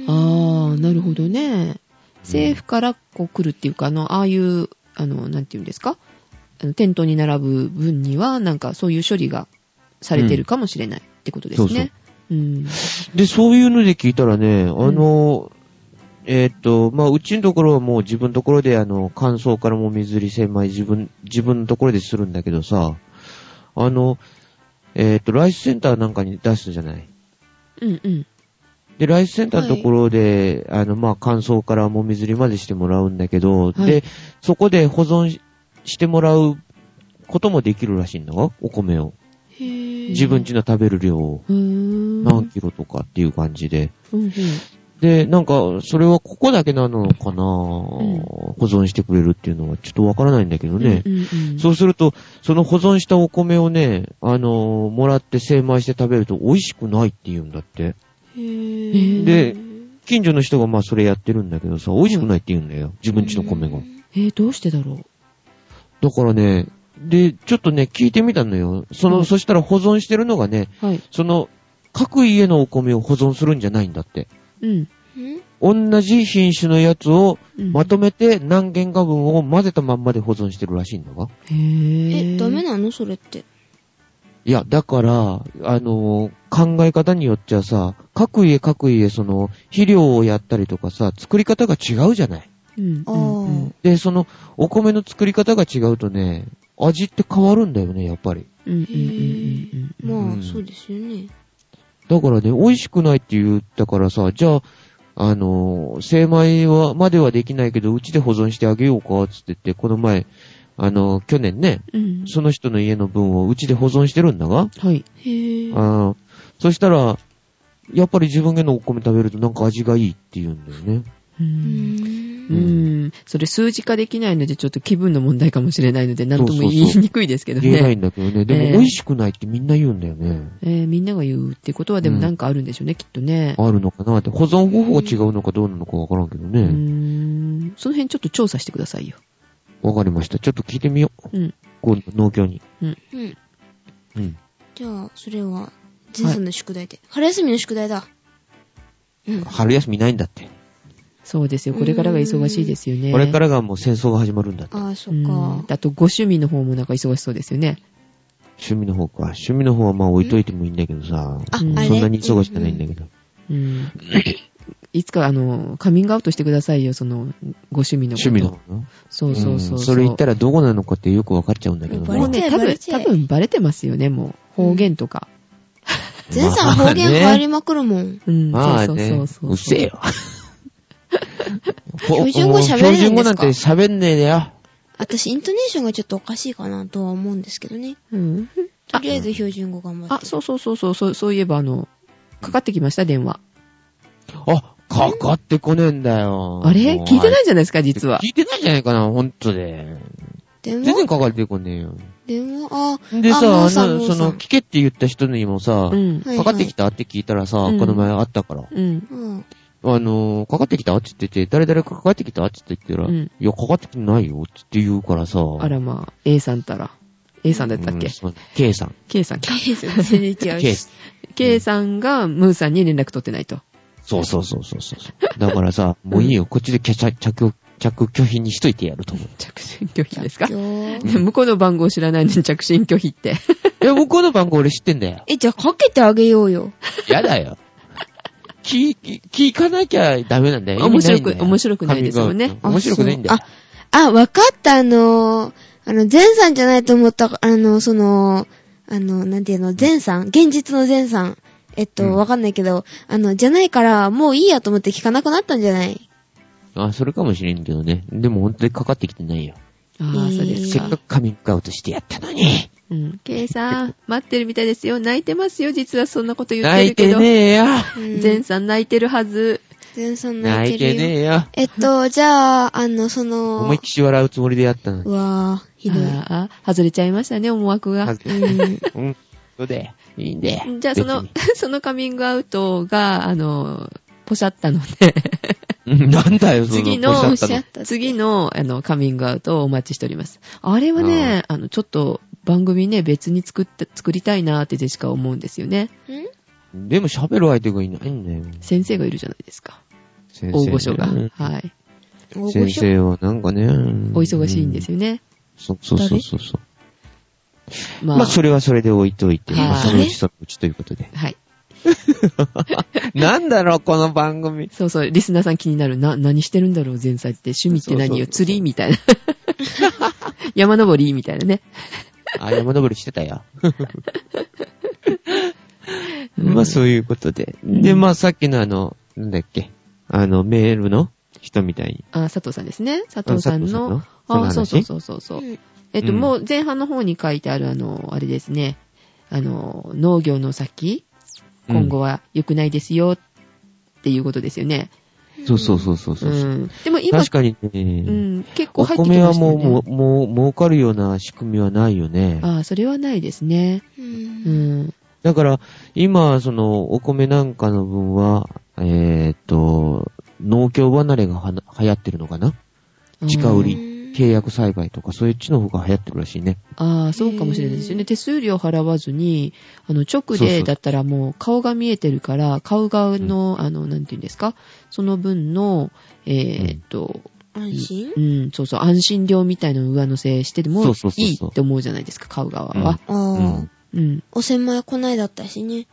Speaker 3: あー、なるほどね。政府からこう来るっていうか、あの、ああいう、あの、なんていうんですかあの店頭に並ぶ分には、なんかそういう処理がされてるかもしれないってことですね。うん。
Speaker 2: で、そういうので聞いたらね、あの、えーっと、まあ、うちのところはもう自分のところで、あの、乾燥からもう水り精米自分、自分のところでするんだけどさ、あの、えーっと、ライスセンターなんかに出すじゃない。
Speaker 3: うんうん。
Speaker 2: で、ライスセンターのところで、あの、まあ、乾燥からもみずりまでしてもらうんだけど、
Speaker 3: はい
Speaker 2: で、そこで保存ししてもらうこともできるらしいんだわ、お米を。
Speaker 1: へー
Speaker 2: 自分家の食べる量を。
Speaker 3: うーん。
Speaker 2: 何キロとかっていう感じで。
Speaker 3: うんうん。
Speaker 2: で、なんか、それはここだけなのかな、
Speaker 3: ん
Speaker 2: 保存してくれるっていうのはちょっとわからないんだけどね
Speaker 3: う。んうん。
Speaker 2: そうすると、その保存したお米をね、あのーもらって精米して食べると美味しくないって言うんだって。
Speaker 1: へー
Speaker 2: で、近所の人がまあそれやってるんだけどさ、美味しくないって言うんだよ。自分家の米が。
Speaker 3: えーどうしてだろ
Speaker 2: だからね、で、ちょっとね、聞いてみたのよ。その、
Speaker 3: うん
Speaker 2: そしたら保存してるのがね、
Speaker 3: う。はい。
Speaker 2: その、各家のお米を保存するんじゃないんだって。
Speaker 3: うん。
Speaker 1: うん
Speaker 2: 同じ品種のやつを
Speaker 3: うん
Speaker 2: まとめて何軒か分を混ぜたまんまで保存してるらしいんだわ。
Speaker 3: へー
Speaker 1: え、ダメなのそれって。
Speaker 2: いや、だから、あの考え方によっちゃさ、各家各家その、肥料をやったりとかさ、作り方が違うじゃない。
Speaker 3: うん。
Speaker 1: あ
Speaker 3: うん
Speaker 1: ー。
Speaker 2: で、その、お米の作り方が違うとね、味って変わるんだよね、やっぱり。
Speaker 3: うんうんうんうん
Speaker 1: へ
Speaker 3: うん
Speaker 1: ー
Speaker 3: うん。
Speaker 1: ま
Speaker 2: う
Speaker 1: あ、
Speaker 2: ん
Speaker 1: そうですよね。
Speaker 2: だからね、美味しくないって言ったからさ、じゃあ、あの、精米は、まではできないけど、うちで保存してあげようか、つって言って、この前、あの、去年ね、
Speaker 3: うん。
Speaker 2: その人の家の分をうちで保存してるんだが、
Speaker 3: はい。
Speaker 1: へぇー。
Speaker 2: あーそしたら、やっぱり自分へのお米食べるとなんか味がいいって言うんだよね。
Speaker 1: う
Speaker 3: う
Speaker 1: ー。
Speaker 3: ん。うんん。それ数字化できないので、ちょっと気分の問題かもしれないので、なんと
Speaker 2: そ
Speaker 3: も
Speaker 2: うそう
Speaker 3: 言い
Speaker 2: そう
Speaker 3: にくいですけど
Speaker 2: 言えない
Speaker 3: ね。
Speaker 2: んだけどね。でも
Speaker 3: ええ
Speaker 2: 美味しくないってみんな言うんだよね。
Speaker 3: えー、みんなが言うってことは、でもなんかあるんでしょうね、きっとね。
Speaker 2: あるのかなって。保存方法が違うのかどうなのかわからんけど
Speaker 3: うー
Speaker 2: ね。
Speaker 3: ん。その辺ちょっと調査してくださいよ。
Speaker 2: わかりました。ちょっと聞いてみよう。
Speaker 3: うん。
Speaker 2: 今度、農協に。
Speaker 1: うん。
Speaker 2: うん。
Speaker 1: じゃあ、それは、前さんの宿題で。春休みの宿題だ。うん。
Speaker 2: 春休みないんだって。
Speaker 3: そうですよ。これからが忙しいですよね。
Speaker 2: これからがもう戦争が始まるんだって。
Speaker 1: ああ、そっ
Speaker 3: うん。
Speaker 1: か。
Speaker 3: あと、ご趣味の方もなんか忙しそうですよね。
Speaker 2: 趣味の方か。趣味の方はまあ置いといてもいいんだけどさ。
Speaker 1: あ
Speaker 2: うん
Speaker 3: あれ
Speaker 2: そんなに忙しくないんだけど。
Speaker 3: うん。いつか、あの、カミングアウトしてくださいよ、その、ご趣味のこ
Speaker 2: 趣
Speaker 3: と。
Speaker 2: 味の。方な
Speaker 3: そうそうそう。
Speaker 2: んそれ言った
Speaker 3: ら、
Speaker 2: らどこなのかってよくわかっちゃうんだけど
Speaker 1: バ
Speaker 3: もう
Speaker 1: レちゃ
Speaker 3: ね、
Speaker 1: え
Speaker 3: 多
Speaker 1: バ
Speaker 3: 分
Speaker 1: レ、ちゃ
Speaker 3: 多
Speaker 1: え
Speaker 3: 分バレてますよね、もう。方言とか。
Speaker 1: 前さん方言入りまくるもん。
Speaker 3: うん、
Speaker 2: まあ
Speaker 3: そう
Speaker 2: ね、
Speaker 3: そううそう
Speaker 2: っ
Speaker 3: そう。
Speaker 2: せえ よ。
Speaker 1: 標準語喋れないんですか
Speaker 2: 標準語なんて喋んねえでよ。
Speaker 1: 私、イントネーションがちょっとおかしいかなとは思うんですけどね。
Speaker 3: うん。
Speaker 1: とりあえず標準語頑張って。
Speaker 3: あ、そうそうそうそう、そうそういえば、あの、かかってきました、電話。
Speaker 2: あ、かかってこねえんだよ。
Speaker 3: あれ
Speaker 2: もう
Speaker 3: 聞いてないじゃないですか、実は
Speaker 2: 聞。いてないんじゃないかな、ほんとで。
Speaker 1: 電
Speaker 2: 全然
Speaker 1: 話
Speaker 2: かかってこねえよ。
Speaker 1: 電話あ
Speaker 2: でさ、あ
Speaker 1: モ
Speaker 2: の、
Speaker 1: ーさんモーさ
Speaker 2: そ
Speaker 1: ん
Speaker 2: の、聞けって言った人にもさ
Speaker 3: う、ん。
Speaker 1: はい
Speaker 2: かかってきたって聞いたらさ、
Speaker 3: うん
Speaker 2: この前あったから、
Speaker 3: うん。
Speaker 1: うん。
Speaker 2: あのー、かかってきたって言ってて、誰々かかってきたって言ってたら、
Speaker 3: うん
Speaker 2: いや、かかってきてないよって言うからさ、
Speaker 3: あらまあ、A さんったら。A さんだったっ
Speaker 2: う
Speaker 3: け
Speaker 2: んそう ?K さん。
Speaker 3: ?K さんか。
Speaker 1: ケース全然違う
Speaker 2: K
Speaker 1: し。
Speaker 2: さん。
Speaker 3: K さんが、ムーさんに連絡取ってないと。
Speaker 2: そうそうそうそうそう。だからさ、もういいよ、こっちで着着着拒否にしといてやると思 う。
Speaker 3: 着信拒否ですか
Speaker 1: 今日
Speaker 3: 向こうの番号知らないのに着信拒否って。
Speaker 2: いや、向こうの番号俺知ってんだよ。
Speaker 1: え、じゃあかけてあげようよ。
Speaker 2: やだよ。聞、聞かなきゃダメなんだよ。
Speaker 3: 面白
Speaker 2: 意味
Speaker 3: く
Speaker 2: ないんだよ
Speaker 3: 面白くないですもんね
Speaker 2: カミングアウト面白くないんだよ。
Speaker 1: あ、あ、わかった、あのー、あの、前さんじゃないと思った、あの、その、あの、なんていうの、前さん現実の前さん。えっと、
Speaker 2: うん
Speaker 1: わかんないけど、あの、じゃないから、もういいやと思って聞かなくなったんじゃない
Speaker 2: あ、それかもしれんけどね。でも本当にかかってきてないよ。
Speaker 3: ああ、そうです
Speaker 2: せっ
Speaker 3: か
Speaker 2: か。くカミングアウトしてやったのに。
Speaker 3: うん。K さん、待ってるみたいですよ。泣いてますよ。実はそんなこと言っ
Speaker 2: 泣
Speaker 3: て
Speaker 2: い
Speaker 3: るけ
Speaker 2: て
Speaker 3: ど。
Speaker 2: ねえよ。
Speaker 1: うん
Speaker 3: 前さん泣いてるはず。
Speaker 1: 前さん泣
Speaker 2: 泣
Speaker 1: い
Speaker 2: い
Speaker 1: て
Speaker 2: て
Speaker 1: るよ。
Speaker 2: ねえよ。
Speaker 1: えっと、じゃあ、あの、その、
Speaker 2: 思いっきし笑うつもりでやったの
Speaker 1: う
Speaker 2: に。
Speaker 1: わぁ、ひどい。
Speaker 3: ああ、外れちゃいましたね、思惑が。
Speaker 1: うん。
Speaker 2: うん。そうで、いいんで。
Speaker 3: じゃあ、その
Speaker 2: 別、
Speaker 3: そのカミングアウトが、あの、ポシャったので、
Speaker 2: にうんなんだよ、 その。
Speaker 3: 次の
Speaker 2: ポシ
Speaker 1: し
Speaker 2: ャった
Speaker 1: ゃ
Speaker 2: の
Speaker 1: った。
Speaker 3: 次の、あの、カミングアウトをお待ちしております。あれはね、あの、ちょっと、番組ね、別に作った、作りたいなーってジェシカは思うんですよね。
Speaker 1: ん
Speaker 2: でも喋る相手がいないんだよ。
Speaker 3: 先生がいるじゃないですか。
Speaker 2: 先生
Speaker 3: 大御所が。
Speaker 2: うん
Speaker 3: はい。
Speaker 1: 大御
Speaker 2: 先
Speaker 1: 所
Speaker 2: 生はなんかね。
Speaker 3: お忙しいんです
Speaker 2: よ。
Speaker 3: よね。
Speaker 2: そうそうそうそうそう。
Speaker 3: まあ、
Speaker 2: まあ、それはそれで置いといて、
Speaker 3: はい
Speaker 2: まあそのうちそのうちということ で。
Speaker 3: はい。
Speaker 2: なんだろう、この番組。
Speaker 3: そうそう、リスナーさん気になる。な、何してるんだろう、前菜って。趣味っ
Speaker 2: そうそ
Speaker 3: て何
Speaker 2: うそ
Speaker 3: よ、
Speaker 2: う
Speaker 3: 釣りみ たいな。山登りみたいなね。
Speaker 2: あ、山登りしてたよ。
Speaker 3: うん
Speaker 2: まあ、そういうことで。で、まあ、さっきのあの、なんだっけ、あの、メールの人みたいに。
Speaker 3: あ、佐藤さんですね。佐藤さんの。
Speaker 2: あ佐藤さんのその
Speaker 3: あ、そう
Speaker 2: 話
Speaker 3: そうそうそうそう。
Speaker 1: うん
Speaker 3: えっと、
Speaker 2: うん
Speaker 3: もう前半の方に書いてある、あの、あれですね。あの、農業の先、
Speaker 2: うん
Speaker 3: 今後は良くないですよ、っていうことですよね。
Speaker 2: そうそうそうそうそうう。
Speaker 3: ん。でも今
Speaker 2: 確、かにね、
Speaker 3: うん、結構
Speaker 2: お
Speaker 3: 入ってき
Speaker 2: 米は
Speaker 3: ました
Speaker 2: も
Speaker 3: よ
Speaker 2: う、
Speaker 3: ね。
Speaker 2: もう、もう、儲かるような仕組みはないよね。
Speaker 3: あ、それはないですね。
Speaker 1: う。
Speaker 3: うんん。
Speaker 2: だから、今、その、お米なんかの分は、えーっと、農協離れがはな流行ってるのかな地下売
Speaker 1: う
Speaker 2: り
Speaker 1: ん
Speaker 2: 契約栽培とか、そういう地の方が流行ってるらしいね。
Speaker 3: ああ、そうかもしれないですよ
Speaker 1: へ
Speaker 3: ね。
Speaker 1: ー
Speaker 3: 手数料払わずに、あの、直
Speaker 2: そうそ
Speaker 3: で
Speaker 2: う
Speaker 3: だったらもう顔が見えてるから、顔側の、あの、なんて言うんですか、その分の、えーっと、
Speaker 1: 安心
Speaker 3: うん、そうそう、安心料みたいなのを上乗せしてで
Speaker 2: そ
Speaker 3: も
Speaker 2: うそうそうそう
Speaker 3: いいって思うじゃないですか、買う側は。
Speaker 1: あ
Speaker 2: う
Speaker 1: あ
Speaker 2: ん。。
Speaker 3: うん、
Speaker 1: お千枚こないだったしね。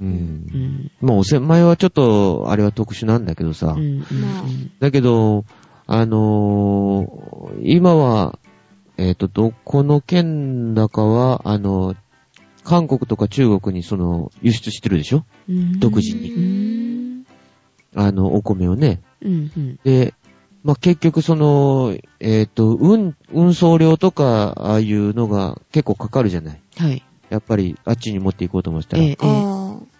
Speaker 2: う。
Speaker 3: うんん、
Speaker 2: まあ、お千枚はちょっと、あれは特殊なんだけどさ。
Speaker 3: うん、うん。
Speaker 1: まあ
Speaker 2: だけど、あのー今は、えっ、と、どこの県だかは、あの韓国とか中国にその、輸出してるでしょ
Speaker 3: うん
Speaker 2: 独自
Speaker 1: に
Speaker 3: うん
Speaker 2: あの、お米をね。
Speaker 3: うん、うん。
Speaker 2: で、まあ、結局その、えっ、と、運、運送料とか、ああいうのが結構かかるじゃない。
Speaker 3: はい。
Speaker 2: やっぱり、あっちに持っていこうと思った
Speaker 3: え
Speaker 2: ら。
Speaker 3: えええ
Speaker 1: あー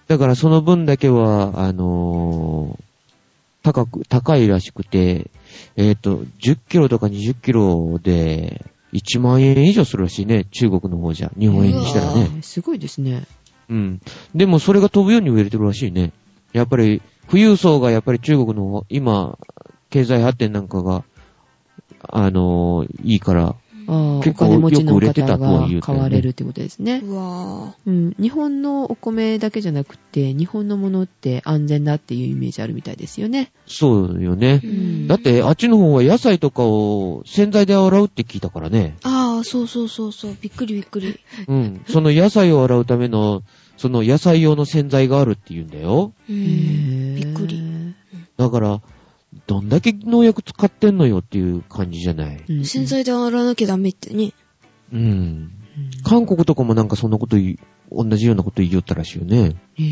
Speaker 2: だからその分だけは、あのー高く、高いらしくて、えっ、と、10キロとか20キロで、1万円以上するらしいね、中国の方じゃ。日本円にしたらね。
Speaker 3: ええすごいですね。
Speaker 2: うん。でもそれが飛ぶように売れてるらしいね。やっぱり、富裕層がやっぱり中国の今、経済発展なんかが、あのーいいから、
Speaker 3: ああ、お
Speaker 2: 結構
Speaker 3: 金持ちの
Speaker 2: よく売れてた
Speaker 3: 方
Speaker 2: とは
Speaker 3: が
Speaker 2: 言うて
Speaker 3: 買
Speaker 2: ね
Speaker 3: われるってことですね。
Speaker 1: うわ
Speaker 3: うん、日本のお米だけじゃなくて、日本のものって安全だっていうイメージあるみたいですよね。
Speaker 2: そうよね
Speaker 1: ー。。
Speaker 3: ん
Speaker 2: だっ。て、あっちの方は野菜とかを洗剤で洗うって聞いたからね。
Speaker 1: ああ、そうそうそうそう。びっくりびっくり。
Speaker 2: うん。その野菜を洗うための、その野菜用の洗剤があるって言うんだよ。
Speaker 1: う
Speaker 3: へ
Speaker 1: ん。
Speaker 3: え
Speaker 1: びっくり。
Speaker 2: だから、どんだけ農薬使ってんのよっていう感じじゃない。
Speaker 3: うん
Speaker 1: 洗剤で洗わなきゃダメってね。
Speaker 2: うん。韓国とかもなんかそんなこと言い、同じようなこと言いよったらしいよね。
Speaker 3: へえそうなん
Speaker 2: う
Speaker 3: だ。
Speaker 1: へ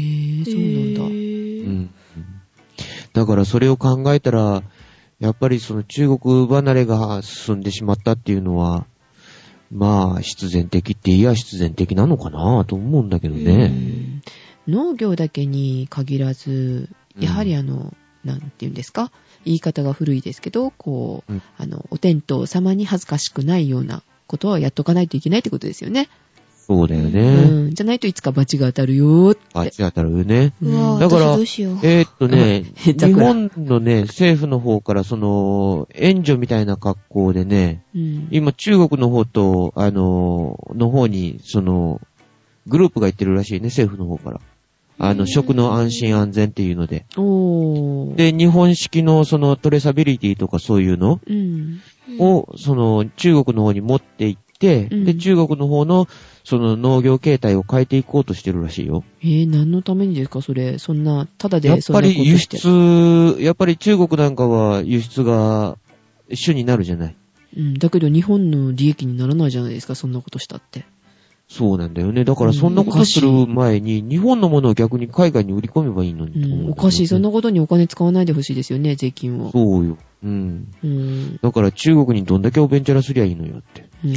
Speaker 1: ー
Speaker 2: ん。だからそれを考えたら、やっぱりその中国離れが進んでしまったっていうのは、まあ、必然的って言いや必然的なのかなと思うんだけど
Speaker 1: う
Speaker 2: ね。
Speaker 1: ん
Speaker 3: 農業だけに限らず、
Speaker 2: うん
Speaker 3: やはりあの、なんて言うんですか言い方が古いですけど、こう、
Speaker 2: うん
Speaker 3: あの、お天道様に恥ずかしくないようなことはやっとかないといけないってことですよね。
Speaker 2: そうだよ
Speaker 3: う
Speaker 2: ね。
Speaker 3: ん。じゃないといつか罰が当たるよーって。
Speaker 2: あっち当たるよね。
Speaker 1: うわ
Speaker 3: うん
Speaker 1: ぁ、
Speaker 2: だから
Speaker 1: 私どうしよう。
Speaker 2: えーっとね、
Speaker 3: うん
Speaker 2: 日本のね、政府の方からその、援助みたいな格好でね、
Speaker 3: うん
Speaker 2: 今中国の方と、あの、の方に、その、グループが行ってるらしいね、政府の方から。あ
Speaker 1: う
Speaker 2: の、
Speaker 1: ん
Speaker 2: 食の安心安全っていうので。
Speaker 3: おー。、
Speaker 2: で、日本式のそのトレーサビリティとかそういうの
Speaker 3: うん。
Speaker 2: を、その、中国の方に持って行って、
Speaker 3: うん
Speaker 2: で、中国の方の、その農業形態を変えていこうとしてるらしいよ。
Speaker 3: えー、何のためにですかそれ、そんな、ただ
Speaker 2: やっ
Speaker 3: でそん
Speaker 2: ぱ
Speaker 3: なこと
Speaker 2: り輸
Speaker 3: して。
Speaker 2: 出、やっぱり中国なんかは輸出が主になるじゃない。
Speaker 3: うん、だけど日本の利益にならないじゃないですか、そんなことしたって。
Speaker 2: そうなんだよね。だからそんなこ
Speaker 3: うんお
Speaker 2: と
Speaker 3: かしい
Speaker 2: する前に、日本のものを逆に海外に売り込めばいいのに
Speaker 3: う
Speaker 2: と思うんだよ
Speaker 3: ん、
Speaker 2: ね
Speaker 3: おかしい。そんなことにお金使わないでほしいですよね、税金を。
Speaker 2: そうよ。うん。
Speaker 3: うん。
Speaker 2: だから中国にどんだけおべんちゃらすりゃいいのよって。
Speaker 3: う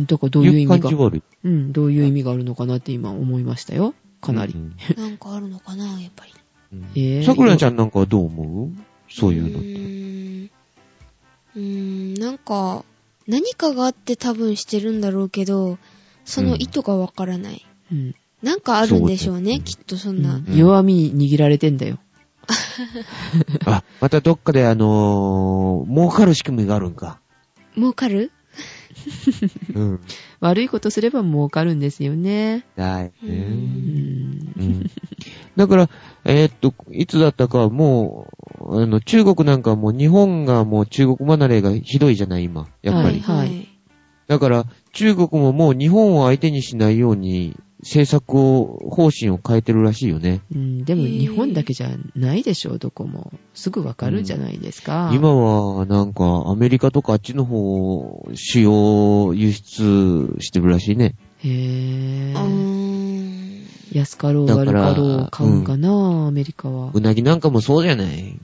Speaker 3: ん。だからどういう意味
Speaker 2: 感じ
Speaker 3: が、
Speaker 2: はある。
Speaker 3: うん、どういう意味があるのかなって今思いましたよ。かなり。
Speaker 2: うん
Speaker 1: なんかあるのかな、やっぱり。
Speaker 2: うん
Speaker 3: えー
Speaker 2: さくらちゃんなんかはどう思うそういうの
Speaker 1: う
Speaker 2: って。
Speaker 1: ーんうーん、なんか、何かがあって多分してるんだろうけど、その意図がわからない。
Speaker 3: うん。
Speaker 1: なんかあるんでしょうね、
Speaker 2: そうだね
Speaker 1: きっとそんな。
Speaker 3: うん弱みに握られてんだよ。
Speaker 2: あ、またどっかであのー儲かる仕組みがあるんか。
Speaker 1: 儲かる
Speaker 2: うん。
Speaker 3: 悪いことすれば儲かるんですよね。
Speaker 2: だよね
Speaker 3: う。ん。
Speaker 2: うんだから、えーっと、いつだったかはもう、あの、中国なんかはもう日本がもう中国離れがひどいじゃない、今。やっぱり。
Speaker 3: はい
Speaker 2: だから、中国ももう日本を相手にしないように、政策を、方針を変えてるらしいよね。
Speaker 3: うん、でも
Speaker 1: へー
Speaker 3: 日本だけじゃないでしょう、どこも。すぐわかるんじゃないですか。
Speaker 2: 今は、なんか、アメリカとかあっちの方を主要輸出してるらしいね。
Speaker 3: へ
Speaker 1: う
Speaker 3: ぇ
Speaker 1: ーん。
Speaker 3: 安かろう
Speaker 2: だ
Speaker 3: 悪
Speaker 2: から
Speaker 3: かろう買うんかな、アメリカは。
Speaker 2: うなぎなんかもそうじゃない。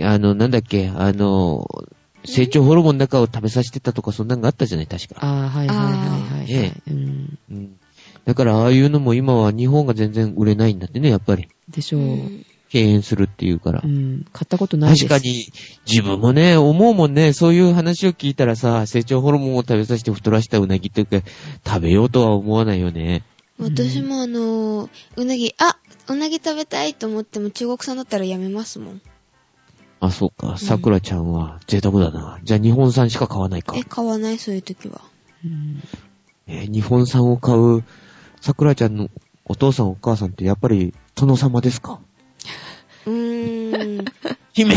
Speaker 2: あの、なんだっけ、あの、成長ホルモンの中を食べさせてたとか、そんなんがあったじゃない、確か。
Speaker 3: ああ、はいはいはいはい、はい
Speaker 2: え
Speaker 3: うん。
Speaker 2: うんだから、ああいうのも今は日本が全然売れないんだってね、やっぱり。
Speaker 3: でしょう。うん。
Speaker 1: ん
Speaker 2: 敬遠するっていうから。
Speaker 3: 買ったことないです。
Speaker 2: 確か。に、自分もね、思うもんね、そういう話を聞いたらさ、成長ホルモンを食べさせて太らしたうなぎっていうか、食べようとは思わないよね。
Speaker 1: 私もあのーうなぎ、あうなぎ食べたいと思っても中国産だったらやめますもん。
Speaker 2: あ、そうか、桜ちゃんは贅沢だな。じゃあ日本産しか買わないか
Speaker 1: え、。買わないそういう時は。
Speaker 3: うん。
Speaker 2: えー日本産を買う、桜ちゃんのお父さんお母さんってやっぱり殿様ですか
Speaker 1: うーん。
Speaker 2: 姫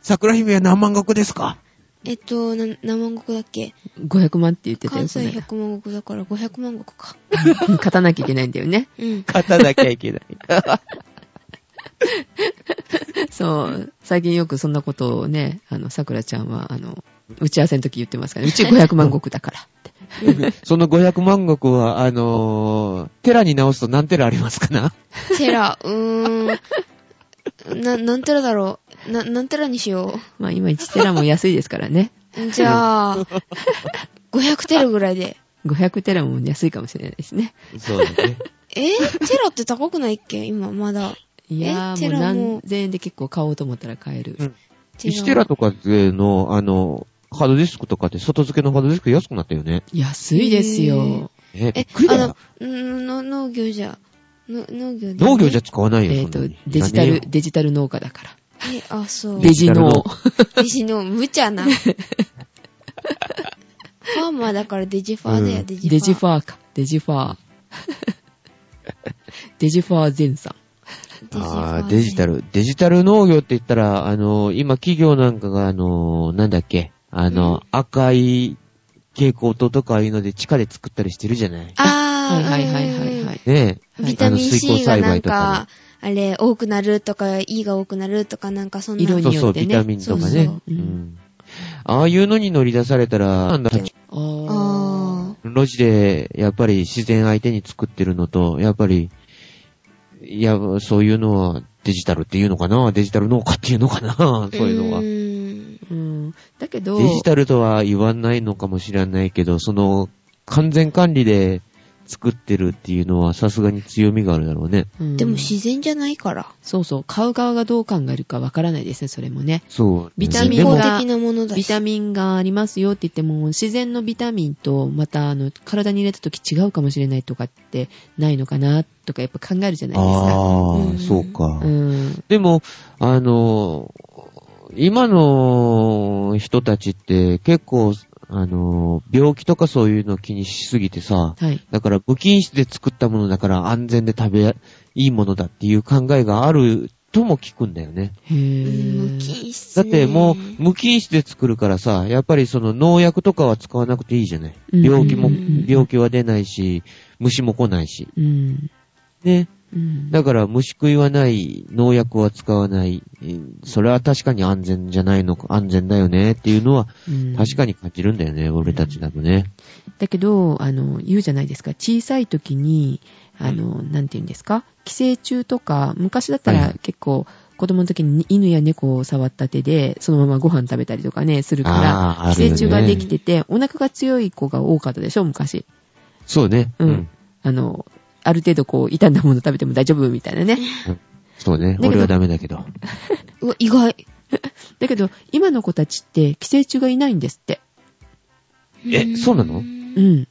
Speaker 2: 桜姫は何万石ですか
Speaker 1: えっと、な何万石だっけ
Speaker 3: 500万って言ってたよ、
Speaker 1: 関
Speaker 3: こ
Speaker 1: 西
Speaker 3: の
Speaker 1: 100万石だから500万石か。
Speaker 3: 間 勝たなきゃいけないんだよね。
Speaker 1: うん。
Speaker 2: 勝たなきゃいけない。
Speaker 3: そう。最近よくそんなことをね、あの、桜ちゃんは、あの、打ち合わせの時言ってますから、ね、うち500万石だからって。
Speaker 2: その500万石は、あのー、寺に直すと何寺ありますかな
Speaker 1: テラ、うーん。な、なんテラだろう。な、なんテラにしよ
Speaker 3: まあ今1テラも安いですからね。
Speaker 1: う。じゃあ、500テラぐらいで。
Speaker 3: 500テラも安いかもしれないですね。
Speaker 2: そうだ ね。
Speaker 1: えーテラって高くないっけ今、まだ。
Speaker 3: いや
Speaker 1: え
Speaker 3: ー、
Speaker 1: テ
Speaker 3: もう
Speaker 1: ラも
Speaker 3: 何千円で結構買おうと思ったら買える。
Speaker 2: うん1テラとかでの、あの、ハードディスクとかって外付けのハードディスク安くなったよね。
Speaker 3: 安いですよ。
Speaker 2: え、び
Speaker 1: え
Speaker 2: っくり、だ
Speaker 1: あの
Speaker 2: よ。、
Speaker 1: うんの農業じゃ、の農業
Speaker 2: 農業じ
Speaker 1: ゃ。
Speaker 2: ゃ使わないよ、
Speaker 3: えっ、
Speaker 2: そんな
Speaker 3: と
Speaker 2: に、
Speaker 3: デジタ
Speaker 2: 何
Speaker 3: ル
Speaker 2: よ、
Speaker 3: デジタル農家だから。
Speaker 1: え、あ、そう。
Speaker 3: デ
Speaker 1: デ
Speaker 3: ジ農。
Speaker 1: ジの無茶 な。ファーマーだからデジファーだ
Speaker 2: う
Speaker 1: よ、
Speaker 2: ん
Speaker 1: デジファー。
Speaker 3: デジファーか。デジフ ァー。デジファー全さん。
Speaker 2: ああ、デジタ
Speaker 1: ル。
Speaker 2: ル。デジタル農業って言ったら、あの、今企業なんかが、あの、なんだっけ、あの、
Speaker 1: うん
Speaker 2: 赤い蛍光灯とかああいうので地下で作ったりしてるじゃない。
Speaker 1: あ
Speaker 3: は
Speaker 1: あ、
Speaker 3: いはいはいはいはい。
Speaker 2: ねえ。
Speaker 1: ビタミン
Speaker 2: あの
Speaker 1: C
Speaker 2: 水
Speaker 1: が
Speaker 2: 耕栽
Speaker 1: なん
Speaker 2: 培と
Speaker 1: か
Speaker 2: か、
Speaker 1: あれ、多くなるとか、E が多くなるとか、なんかそんな。
Speaker 3: 色
Speaker 2: ね。
Speaker 3: に
Speaker 2: そうそ
Speaker 3: よっ
Speaker 2: う、
Speaker 3: てね
Speaker 2: ビタミンとかね。
Speaker 3: そうそううん
Speaker 2: んああいうのに乗り出されたら、なんだ
Speaker 3: あー
Speaker 1: あ
Speaker 2: 路地で、やっぱり自然相手に作ってるのと、やっぱり、いや、そういうのはデジタルっていうのかなデジタル農家っていうのか な
Speaker 1: あ。
Speaker 2: そういうのは
Speaker 1: う。ーん
Speaker 3: うん。だけど、
Speaker 2: デジタルとは言わないのかもしれないけど、その、完全管理で作ってるっていうのはさすがに強みがあるだろうね。
Speaker 3: うん
Speaker 1: でも自然じゃないから。
Speaker 3: そうそう、買う側がどう考えるかわからないですね、それもね。
Speaker 2: そう。
Speaker 3: ビタミン
Speaker 2: で
Speaker 1: 人
Speaker 2: も
Speaker 1: 工
Speaker 3: が
Speaker 1: 的なものだ
Speaker 3: ビ
Speaker 1: し。
Speaker 3: タミンがありますよって言っても、自然のビタミンと、また、あの、体に入れた時違うかもしれないとかって、ないのかな、とかやっぱ考えるじゃないです
Speaker 1: う
Speaker 2: あ
Speaker 3: か。
Speaker 1: ん
Speaker 2: あ、そうか。
Speaker 3: うん。
Speaker 2: でも、あの、今の人たちって結構、あの、病気とかそういうの気にしすぎてさ、
Speaker 3: はい。
Speaker 2: だから無菌室で作ったものだから安全で食べ、いいものだっていう考えがあるとも聞くんだよね。
Speaker 3: へ
Speaker 1: う
Speaker 3: ぇ
Speaker 1: ん無菌室
Speaker 2: だっ
Speaker 1: ね。
Speaker 2: てもう無菌室で作るからさ、やっぱりその農薬とかは使わなくていいじゃない。
Speaker 3: うん
Speaker 2: 病気も
Speaker 3: うんうん、
Speaker 2: 病気は出ないし、虫も来ないし。
Speaker 3: うん。
Speaker 2: ね。
Speaker 3: うん。
Speaker 2: だから虫食いはない、農薬は使わない、えーそれは確かに安全じゃないのか、安全だよねっていうのは
Speaker 3: うん
Speaker 2: 確かに感じるんだよね、俺たちだとね。
Speaker 3: だけど、あの、言うじゃないですか。小さい時に、あの、なんて言うんですか寄生虫とか、昔だった
Speaker 2: はい
Speaker 3: ら
Speaker 2: はい
Speaker 3: 結構、子供の時に犬や猫を触った手で、そのままご飯食べたりとかね、するか
Speaker 2: あー
Speaker 3: ら、
Speaker 2: ある
Speaker 3: 寄生
Speaker 2: よね
Speaker 3: 虫ができてて、お腹が強い子が多かったでしょ、昔。
Speaker 2: そうね。
Speaker 3: うん。あの、ある程度こう、傷んだもの食べても大丈夫みた いなね。
Speaker 2: そうね
Speaker 3: だ。けど
Speaker 2: 俺はダメだけど。
Speaker 1: うわ、意外。
Speaker 3: だけど、今の子たちって、寄生虫がいないんですって。
Speaker 2: え
Speaker 1: ん
Speaker 2: そうなの
Speaker 3: うん。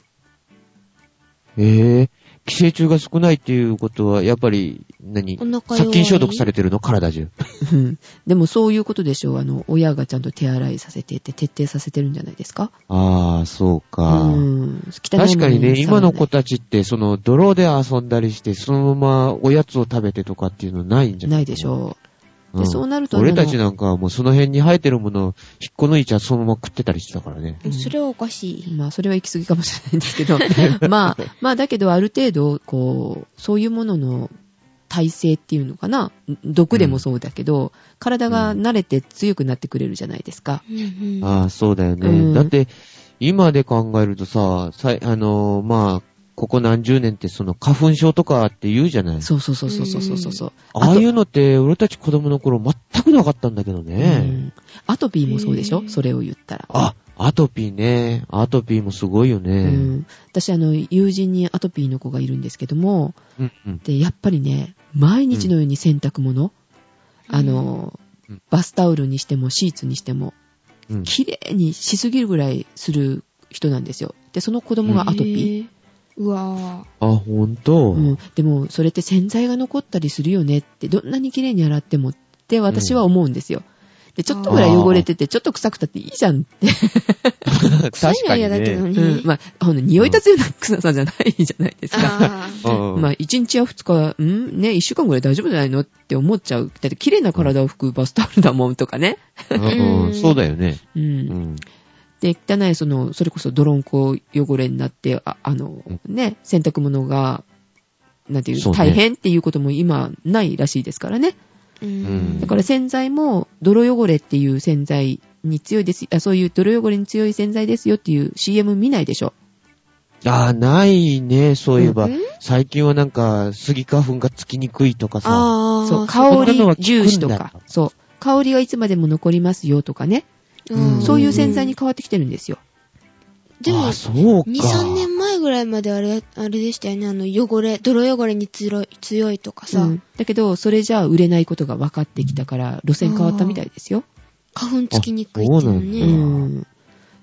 Speaker 2: ええ寄生虫が少ないっていうことは、やっぱり何、
Speaker 1: お腹弱い
Speaker 2: 殺菌消毒されてるの体中。
Speaker 3: うんでもそういうことでしょう。あの、親がちゃんと手洗いさせてって、徹底させてるんじゃないですか
Speaker 2: ああ、そうか。
Speaker 3: うん
Speaker 2: 確かにね、今の子
Speaker 3: と
Speaker 2: たちって、その、泥で遊んだりして、そのままおやつを食べてとかっていうのないんじゃない
Speaker 3: ないでしょう。
Speaker 2: う
Speaker 3: で、
Speaker 2: ん
Speaker 3: そうなると、
Speaker 2: 俺
Speaker 3: あの
Speaker 2: たちなんかはもうその辺に生えてるものを引っこ抜いちゃそのまま食ってたりしてたからね。
Speaker 1: それはおかしい。
Speaker 3: まあ、それは行き過ぎかもしれないんです けど、まあ、まあ、だけど、ある程度、こう、そういうものの耐性っていうのかな、毒でもそうだけど、体が慣れて強くなってくれるじゃないですか。
Speaker 1: うんうん
Speaker 2: ああ、そうだよね。
Speaker 3: うん
Speaker 2: だって、今で考えるとさ、さいあのーまあ、ここ何十年ってその花粉症とかって言うじゃない
Speaker 3: そうそうそうそうそうそうそう。
Speaker 2: ああいううのって俺たち子供の頃全くなかったんだけどね。
Speaker 3: んアトピーもそうでし
Speaker 1: へ
Speaker 3: ょ
Speaker 1: え
Speaker 3: それを言ったら。
Speaker 2: あ、アトピーね。アトピーもすごいよ
Speaker 3: う
Speaker 2: ね。
Speaker 3: ん、私、あの、友人にアトピーの子がいるんですけども、
Speaker 2: うん、うん。
Speaker 3: で、やっぱりね、毎日のように洗濯物、
Speaker 1: うん
Speaker 3: あの
Speaker 2: うん、
Speaker 3: バスタオルにしてもシーツにしても、
Speaker 2: うん。
Speaker 3: 綺麗にしすぎるぐらいする人なんですよ。で、その子供がアトピー。
Speaker 1: へー。うわ
Speaker 2: あ、ほんと、
Speaker 3: うん、でも、それって洗剤が残ったりするよねって、どんなに綺麗に洗ってもって私は思うんですよ。で、ちょっとぐらい汚れてて、ちょっと臭くたっていいじゃんって。
Speaker 2: 確
Speaker 1: 臭いのは嫌だけど
Speaker 2: ね。
Speaker 1: ね。
Speaker 3: うん、まあ、ほんの匂い立つような臭さじゃないじゃないですか。
Speaker 1: あー
Speaker 2: うん
Speaker 3: まあ、1日や2日、んね、1週間ぐらい大丈夫じゃないのって思っちゃう。だって、綺麗な体を拭くバスタオルだもんとかね。
Speaker 2: うん
Speaker 1: う
Speaker 2: うんんそうだよね。
Speaker 3: う。
Speaker 2: うんん。
Speaker 3: で、汚い、その、それこそ泥んこ汚れになって、ああの
Speaker 2: うん、
Speaker 3: ね、洗濯物が、なんていう、
Speaker 2: そうね
Speaker 3: 大変っていうことも今、ないらしいですからね。
Speaker 1: う
Speaker 2: うん
Speaker 3: だから洗剤も、泥汚れっていう洗剤に強いです、あそういう泥汚れに強い洗剤ですよっていう CM 見ないでしょ。
Speaker 2: ああ、ないね、そういえば
Speaker 1: うん。
Speaker 2: 最近はなんか、スギ花粉がつきにくいとかさ。
Speaker 1: ああ、
Speaker 3: そう、
Speaker 2: そ
Speaker 3: 香
Speaker 2: ういうのは効くんだ
Speaker 3: り重視とか、そう、香りはいつまでも残りますよとかね、
Speaker 2: うん
Speaker 3: そういう洗剤に変わってきてるんですよ。
Speaker 1: で
Speaker 2: あ
Speaker 1: も
Speaker 2: ー、そうか。
Speaker 1: 2、3年前ぐらいまであれ、あれでしたよね。あの、汚れ、泥汚れに強い強いとかさ、
Speaker 3: うんだけど、それじゃあ売れないことが分かってきたから、路線変わったみたいですよ。
Speaker 1: 花粉つきにくいっていうの
Speaker 2: あ
Speaker 3: う
Speaker 2: そうなん
Speaker 1: ね。
Speaker 3: ん。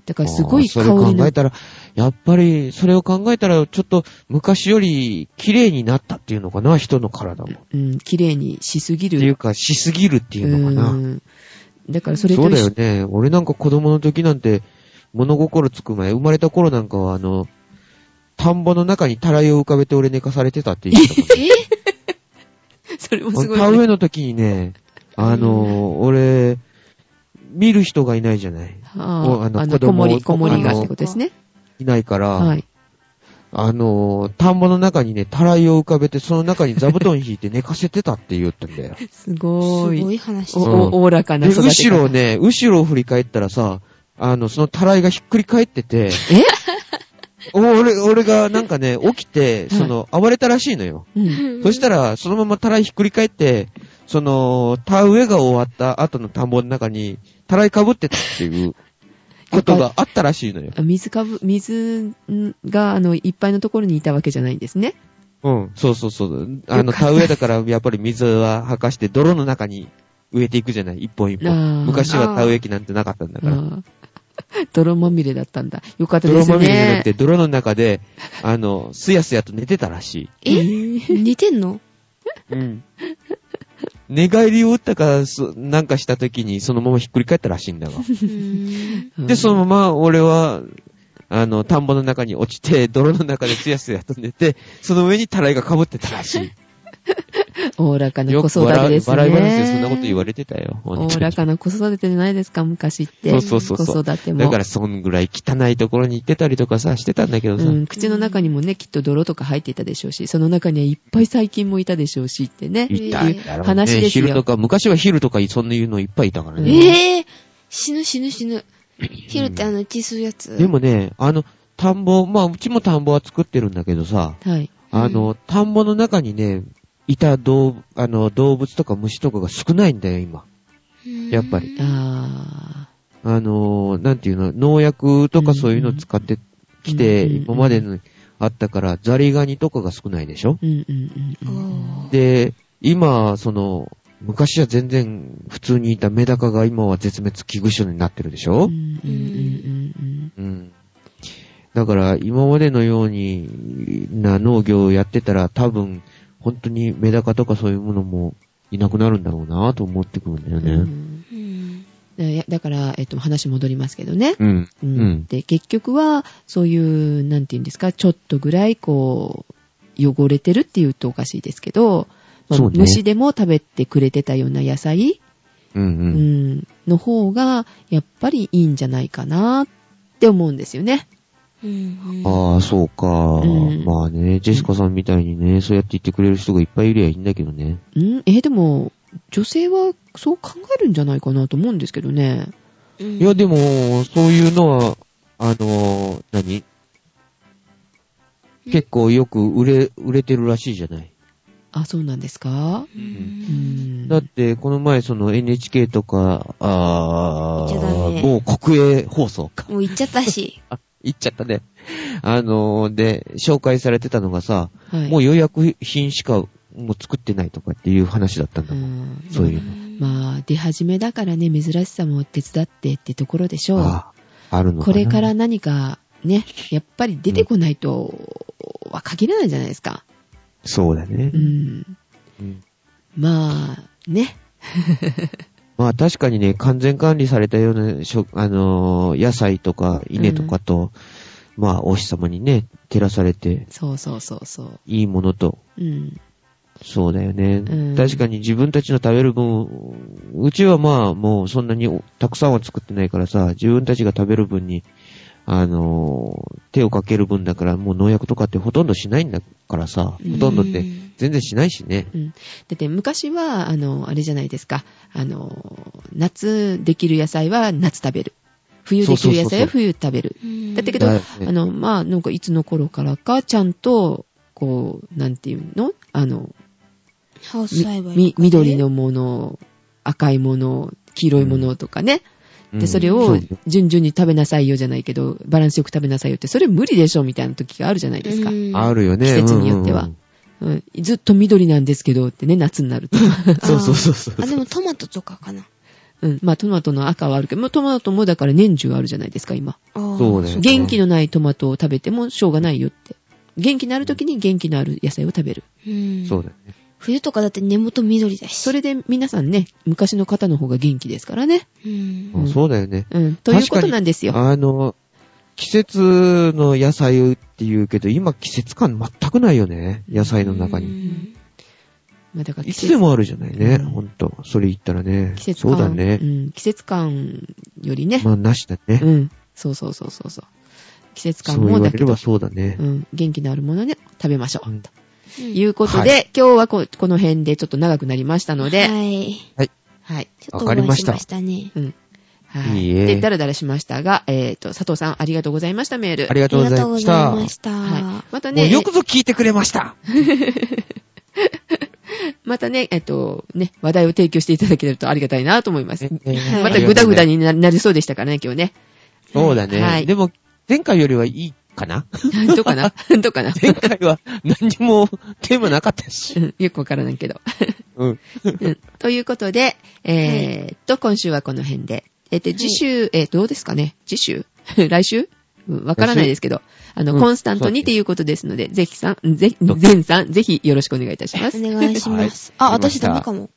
Speaker 3: だからすごい香
Speaker 2: あーそ
Speaker 3: り
Speaker 2: れ考
Speaker 3: の
Speaker 2: え。たら、やっぱり、それを考えたら、ちょっと昔より綺麗になったっていうのかな、人の体も。っ
Speaker 3: うん、綺麗にしすぎ
Speaker 2: て
Speaker 3: る。
Speaker 2: いうか、しすぎるっていうのかな。
Speaker 3: うんだからそれと
Speaker 2: そう
Speaker 3: 一
Speaker 2: だよね。
Speaker 3: 緒
Speaker 2: 俺なんか子供の時なんて、物心つく前、生まれた頃なんかは、あの、田んぼの中にたらいを浮かべて俺寝かされてたって言ってたもん
Speaker 3: それもすごい
Speaker 2: 田
Speaker 3: よ
Speaker 2: 植
Speaker 3: ね。
Speaker 2: えの時にね、あの、俺、見る人がいないじゃない。
Speaker 3: はあ
Speaker 2: あの
Speaker 3: あ
Speaker 2: 子供
Speaker 3: の、こ
Speaker 2: を
Speaker 3: もり、こもりが
Speaker 1: あの
Speaker 3: ってことですね。
Speaker 2: いないから、
Speaker 3: はい。
Speaker 2: あのー、田んぼの中にね、たらいを浮かべて、その中に座布団引いて寝かせてたって言ったん だよ。
Speaker 3: す
Speaker 1: す
Speaker 3: ご
Speaker 1: ご
Speaker 3: い。
Speaker 1: い話
Speaker 3: お、
Speaker 1: だ。
Speaker 3: お、おおらかな
Speaker 2: で、
Speaker 3: 育て
Speaker 2: 後ろを
Speaker 3: 方。
Speaker 2: ね、後ろを振り返ったらさ、あの、そのたらいがひっくり返ってて、
Speaker 3: え
Speaker 2: お俺、俺がなんかね、起きて、その、暴れたらしいのよ。
Speaker 3: うん。
Speaker 2: そしたら、そのままたらいひっくり返って、その、田植えが終わった後の田んぼの中に、たらい被ってたっていう、ことがあったらしいのよ。
Speaker 3: あ水かぶ、水んが、あの、いっぱいのところにいたわけじゃないんですね。
Speaker 2: うん、そうそうそう。あ
Speaker 3: よか
Speaker 2: の、
Speaker 3: った
Speaker 2: 田植えだから、やっぱり水は吐かして、泥の中に植えていくじゃない、一本一
Speaker 3: あ
Speaker 2: 本
Speaker 3: ー。
Speaker 2: 昔は田植え機なんてなかったんだから。
Speaker 3: あー 泥まみれだったんだ。よかったで
Speaker 2: 泥
Speaker 3: すね。
Speaker 2: まみれじゃなくて、泥の中 で、あの、すやすやと寝てたらし
Speaker 1: え
Speaker 3: え
Speaker 1: 寝てんの
Speaker 2: い。うん。寝返りを打ったか、そなんかした時に、そのままひっくり返ったらしいんだが。
Speaker 1: うーん
Speaker 2: で、そのまま、俺は、あの、田んぼの中に落ちて、泥の中ですやすやと寝て、その上にたらいが被ってたら し
Speaker 3: おおらか
Speaker 2: い。
Speaker 3: な
Speaker 2: よ
Speaker 3: 子
Speaker 2: く
Speaker 3: 育
Speaker 2: 笑
Speaker 3: て
Speaker 2: う
Speaker 3: ですね。
Speaker 2: 笑い話でそんなこと言われてたよ。本当
Speaker 3: お
Speaker 2: に
Speaker 3: おらかな子育てじゃないですか、昔って。
Speaker 2: そうそうそうそう
Speaker 3: 子育ても。
Speaker 2: だから、そんぐらい汚いところに行ってたりとかさ、してたんだけどさ。
Speaker 3: うん、口の中にもね、きっと泥とか入っていたでしょうし、その中にはいっぱい細菌もいたでしょうしってね。
Speaker 2: いたんだろうね。
Speaker 3: 話ですよ
Speaker 2: 昼とか、昔は昼とかそんないうのいっぱいいたからね。
Speaker 1: えぇ、死ぬ死ぬ死ぬ。ヒルってあの、血吸うやつ。
Speaker 2: でもね、あの、田んぼ、まあ、うちも田んぼは作ってるんだけどさ、
Speaker 3: はい。
Speaker 2: あの、田んぼの中にね、いた動物、あの、動物とか虫とかが少ないんだよ、今。
Speaker 1: うーん、
Speaker 2: やっぱり
Speaker 3: あ
Speaker 2: あの、なんていうの、農薬とかそういうの使ってきて、
Speaker 3: うんうん
Speaker 2: 今までのあったから、ザリガニとかが少ないでしょ
Speaker 3: ー。うんうんうんうん。
Speaker 1: あー
Speaker 2: で、今、その、昔は全然普通にいたメダカが今は絶滅危惧種になってるでしょ
Speaker 3: うんうんうん
Speaker 2: うん。だから、今までのように、な農業をやってたら、多分、本当にメダカとかそういうものもいなくなるんだろうなと思ってくるんだよ
Speaker 3: うんう
Speaker 2: ね。
Speaker 3: ん
Speaker 1: うん。
Speaker 3: うん。いやだから、えっと、話戻りますけどね。
Speaker 2: うん。
Speaker 3: う
Speaker 2: うん
Speaker 3: ん、で結局はそういうなんていうんですかちょっとぐらいこう汚れてるって言うとおかしいですけど、まあ
Speaker 2: そうね
Speaker 3: 虫でも食べてくれてたような野菜、
Speaker 2: うんう
Speaker 3: うん
Speaker 2: ん。
Speaker 3: の方がやっぱりいいんじゃないかなって思うんですよね。
Speaker 1: うん。
Speaker 2: ああ、そうか、
Speaker 3: ん
Speaker 2: まあね、ジェシカさんみたいにね、そうやって言ってくれる人がいっぱいいりゃいいんだけどね。
Speaker 3: うん、えーでも女性はそう考えるんじゃないかなと思うんですけどね。
Speaker 1: うん
Speaker 2: いや、でも、そういうのは、あの、何結構よく売れ、売れてるらしいじゃない。
Speaker 3: あそうなんですか。
Speaker 1: う。
Speaker 3: うんん、
Speaker 2: だって、この前、その NHK とか、あ
Speaker 1: 言っちゃダ
Speaker 2: ー
Speaker 1: メ
Speaker 2: 某国営放送か。
Speaker 1: もう行っちゃったし。
Speaker 2: あ、言っちゃったね。あので、紹介されてたのがさ、
Speaker 3: はい、
Speaker 2: もう予約品しか、もう作ってないとかっていう話だったんだ
Speaker 3: う
Speaker 2: もん。
Speaker 3: ん
Speaker 2: そういうの。
Speaker 1: ま
Speaker 3: まあ出始めだからね珍しさも手伝ってってところでしょう。
Speaker 2: ああ、あるのかな。
Speaker 3: これから何かね、やっぱり出てこないとは限らないじゃないですか。
Speaker 2: そうだね
Speaker 3: う。ん。
Speaker 2: うん
Speaker 3: まあ、ね。
Speaker 2: まあ確かにね、完全管理されたような食、あのー野菜とか稲とかと、まあお日様にね、照らされて、
Speaker 3: そうそうそうそう。
Speaker 2: いいものと、
Speaker 3: うん。
Speaker 2: そうだよね、
Speaker 3: うん
Speaker 2: 確かに自分たちの食べる分、うちはまあもうそんなにおたくさんは作ってないからさ、自分たちが食べる分に、あのー手をかける分だからもう農薬とかってほとんどしないんだからさ、
Speaker 3: うん
Speaker 2: ほとんどって全然しないしね。
Speaker 3: うん、だって昔は、あの、あれじゃないですか。あの、夏できる野菜は夏食べる。冬できる野菜
Speaker 2: そうそうそうそ
Speaker 3: を
Speaker 2: う
Speaker 3: 冬食べる。
Speaker 1: うん
Speaker 3: だったけど、
Speaker 2: だよ
Speaker 3: あ
Speaker 2: ね
Speaker 3: の、まあ、なんかいつの頃からか、ちゃんと、こう、なんていうのあの、
Speaker 1: ハウス
Speaker 3: み
Speaker 1: 栽培、
Speaker 3: み緑。のもの、赤いもの、黄色いものとかね。
Speaker 2: う
Speaker 3: で、
Speaker 2: ん
Speaker 3: それ
Speaker 2: そ
Speaker 3: を
Speaker 2: うですよ
Speaker 3: 順々に食べなさいよじゃないけど、バランスよく食べなさいよって、それ無理でしょみたいな時があるじゃないですか。
Speaker 1: うん
Speaker 2: あるよね。
Speaker 3: 季節によっては
Speaker 2: うんうん
Speaker 3: うんずっと緑なんですけどってね、夏になると。
Speaker 2: うんそうそうそうそう。
Speaker 1: あ、でもトマトとかかな。
Speaker 3: うん。まあ、トマトの赤はあるけど、もうトマトもだから年中あるじゃないですか、今。
Speaker 1: ああ
Speaker 2: そうだよね
Speaker 3: 元気のないトマトを食べてもしょうがないよって。元気のある時に元気のある野菜を食べる。
Speaker 1: うん
Speaker 2: そうだよね。
Speaker 1: 冬とかだって根元緑だし。
Speaker 3: それで皆さんね、昔の方の方が元気ですからね。
Speaker 1: うん
Speaker 2: あそうだよね。
Speaker 3: うん。ということなんですよ。
Speaker 2: あの、季節の野菜って言うけど、今季節感全くないよね。野菜の中
Speaker 1: う
Speaker 2: に。
Speaker 1: ん
Speaker 3: まあ、だから
Speaker 2: い
Speaker 3: 季
Speaker 2: つ
Speaker 3: 節
Speaker 2: でもあるじゃないね。
Speaker 3: うん
Speaker 2: ほんと。それ言ったらね。
Speaker 3: 季節
Speaker 2: そ
Speaker 3: 感。
Speaker 2: うだね
Speaker 3: う。ん。季節感よりね。
Speaker 2: まあ、なしだね
Speaker 3: う。ん。そうそうそうそうそう。季節感
Speaker 2: そう言
Speaker 3: も
Speaker 2: わ
Speaker 3: だ
Speaker 2: れ
Speaker 3: け
Speaker 2: れ
Speaker 3: ど
Speaker 2: ば、そうだね
Speaker 3: う。ん。元気のあるものね、食べましょう。
Speaker 2: うん
Speaker 3: と
Speaker 1: うん
Speaker 3: いうことで、今日はここの辺でちょっと長くなりましたので、はい。
Speaker 1: はい。
Speaker 3: はい。
Speaker 1: ちょっと
Speaker 2: わかりました
Speaker 1: お会いしましたね。
Speaker 3: うん。はい。
Speaker 2: いいえ
Speaker 3: で、ダラダラしましたが、えっ、と、佐藤さんありがとうございました、メール。
Speaker 2: あり
Speaker 1: あ
Speaker 2: がとう
Speaker 1: り
Speaker 2: ご
Speaker 1: が
Speaker 2: ざ
Speaker 1: と
Speaker 2: いうま
Speaker 1: ご
Speaker 2: し
Speaker 1: ざい
Speaker 2: た。
Speaker 1: ました。
Speaker 3: はい。また
Speaker 2: もう
Speaker 3: ね、
Speaker 2: よくぞ聞いてくれました。
Speaker 3: またね、えっと、ね、話題を提供していただけるとありがたいなと思います。
Speaker 1: はい
Speaker 3: またグダグダにななりそうでしたからね、今日ね。
Speaker 2: そうだ
Speaker 3: は
Speaker 2: ね。
Speaker 3: い
Speaker 2: でも、前回よりはいいかな
Speaker 3: どうかな どうかな
Speaker 2: 前回は何にもテーマなかったし
Speaker 3: う。んよくわからないけど。
Speaker 2: うん。
Speaker 3: うんということで、えーっと、今週はこの辺で。えーっと、次週、えーどうですかね次週 来週うんわからないですけど、あの、
Speaker 2: うん
Speaker 3: コンスタントに
Speaker 2: そうですね
Speaker 3: ということですので、ぜひさん、ぜひ、全さん、ぜひよろしくお願いいたします。
Speaker 1: お願いします。
Speaker 2: はい
Speaker 1: あ、私ダメかも。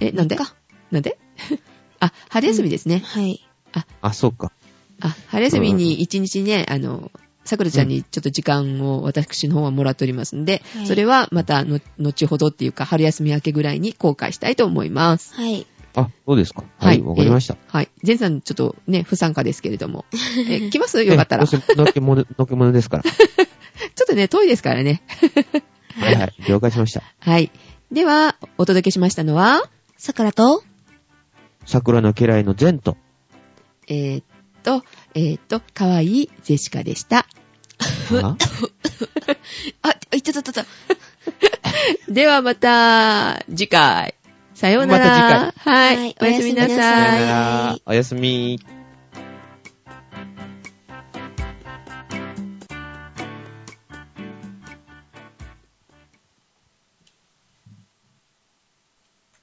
Speaker 3: え、なんで
Speaker 1: か
Speaker 3: なんで あ、春休みですね。
Speaker 1: はい。
Speaker 2: あ、そうか。
Speaker 3: あ、春休みに一日ね、あの、さくらちゃんにちょっと時間を私の方はもらっておりますんで、
Speaker 1: はい
Speaker 3: それはまたの、後ほどっていうか、春休み明けぐらいに公開したいと思います。
Speaker 1: はい。
Speaker 2: あ、そうですか。はい、わかりました
Speaker 3: え。ーはい。前さん、ちょっとね、不参加ですけ れども。えー来 ますよかったら。
Speaker 2: え
Speaker 3: ちょ
Speaker 2: どうせのけもの、のけものです から。
Speaker 3: っとね、遠いですからね。
Speaker 2: はいはい。了解しました。
Speaker 3: はい。では、お届けしましたのは、
Speaker 1: 桜と、
Speaker 2: 桜の家来の善と。
Speaker 3: えーっと、えーっと、かわいいジェシカでした。
Speaker 2: あ
Speaker 1: あ、あいっちゃったいっちゃった。
Speaker 3: ではまた、次回。さようなら。
Speaker 2: また
Speaker 3: はい。
Speaker 1: はい
Speaker 3: おやすみな
Speaker 1: おやすみな
Speaker 3: さい
Speaker 1: さい。
Speaker 2: おやすみ。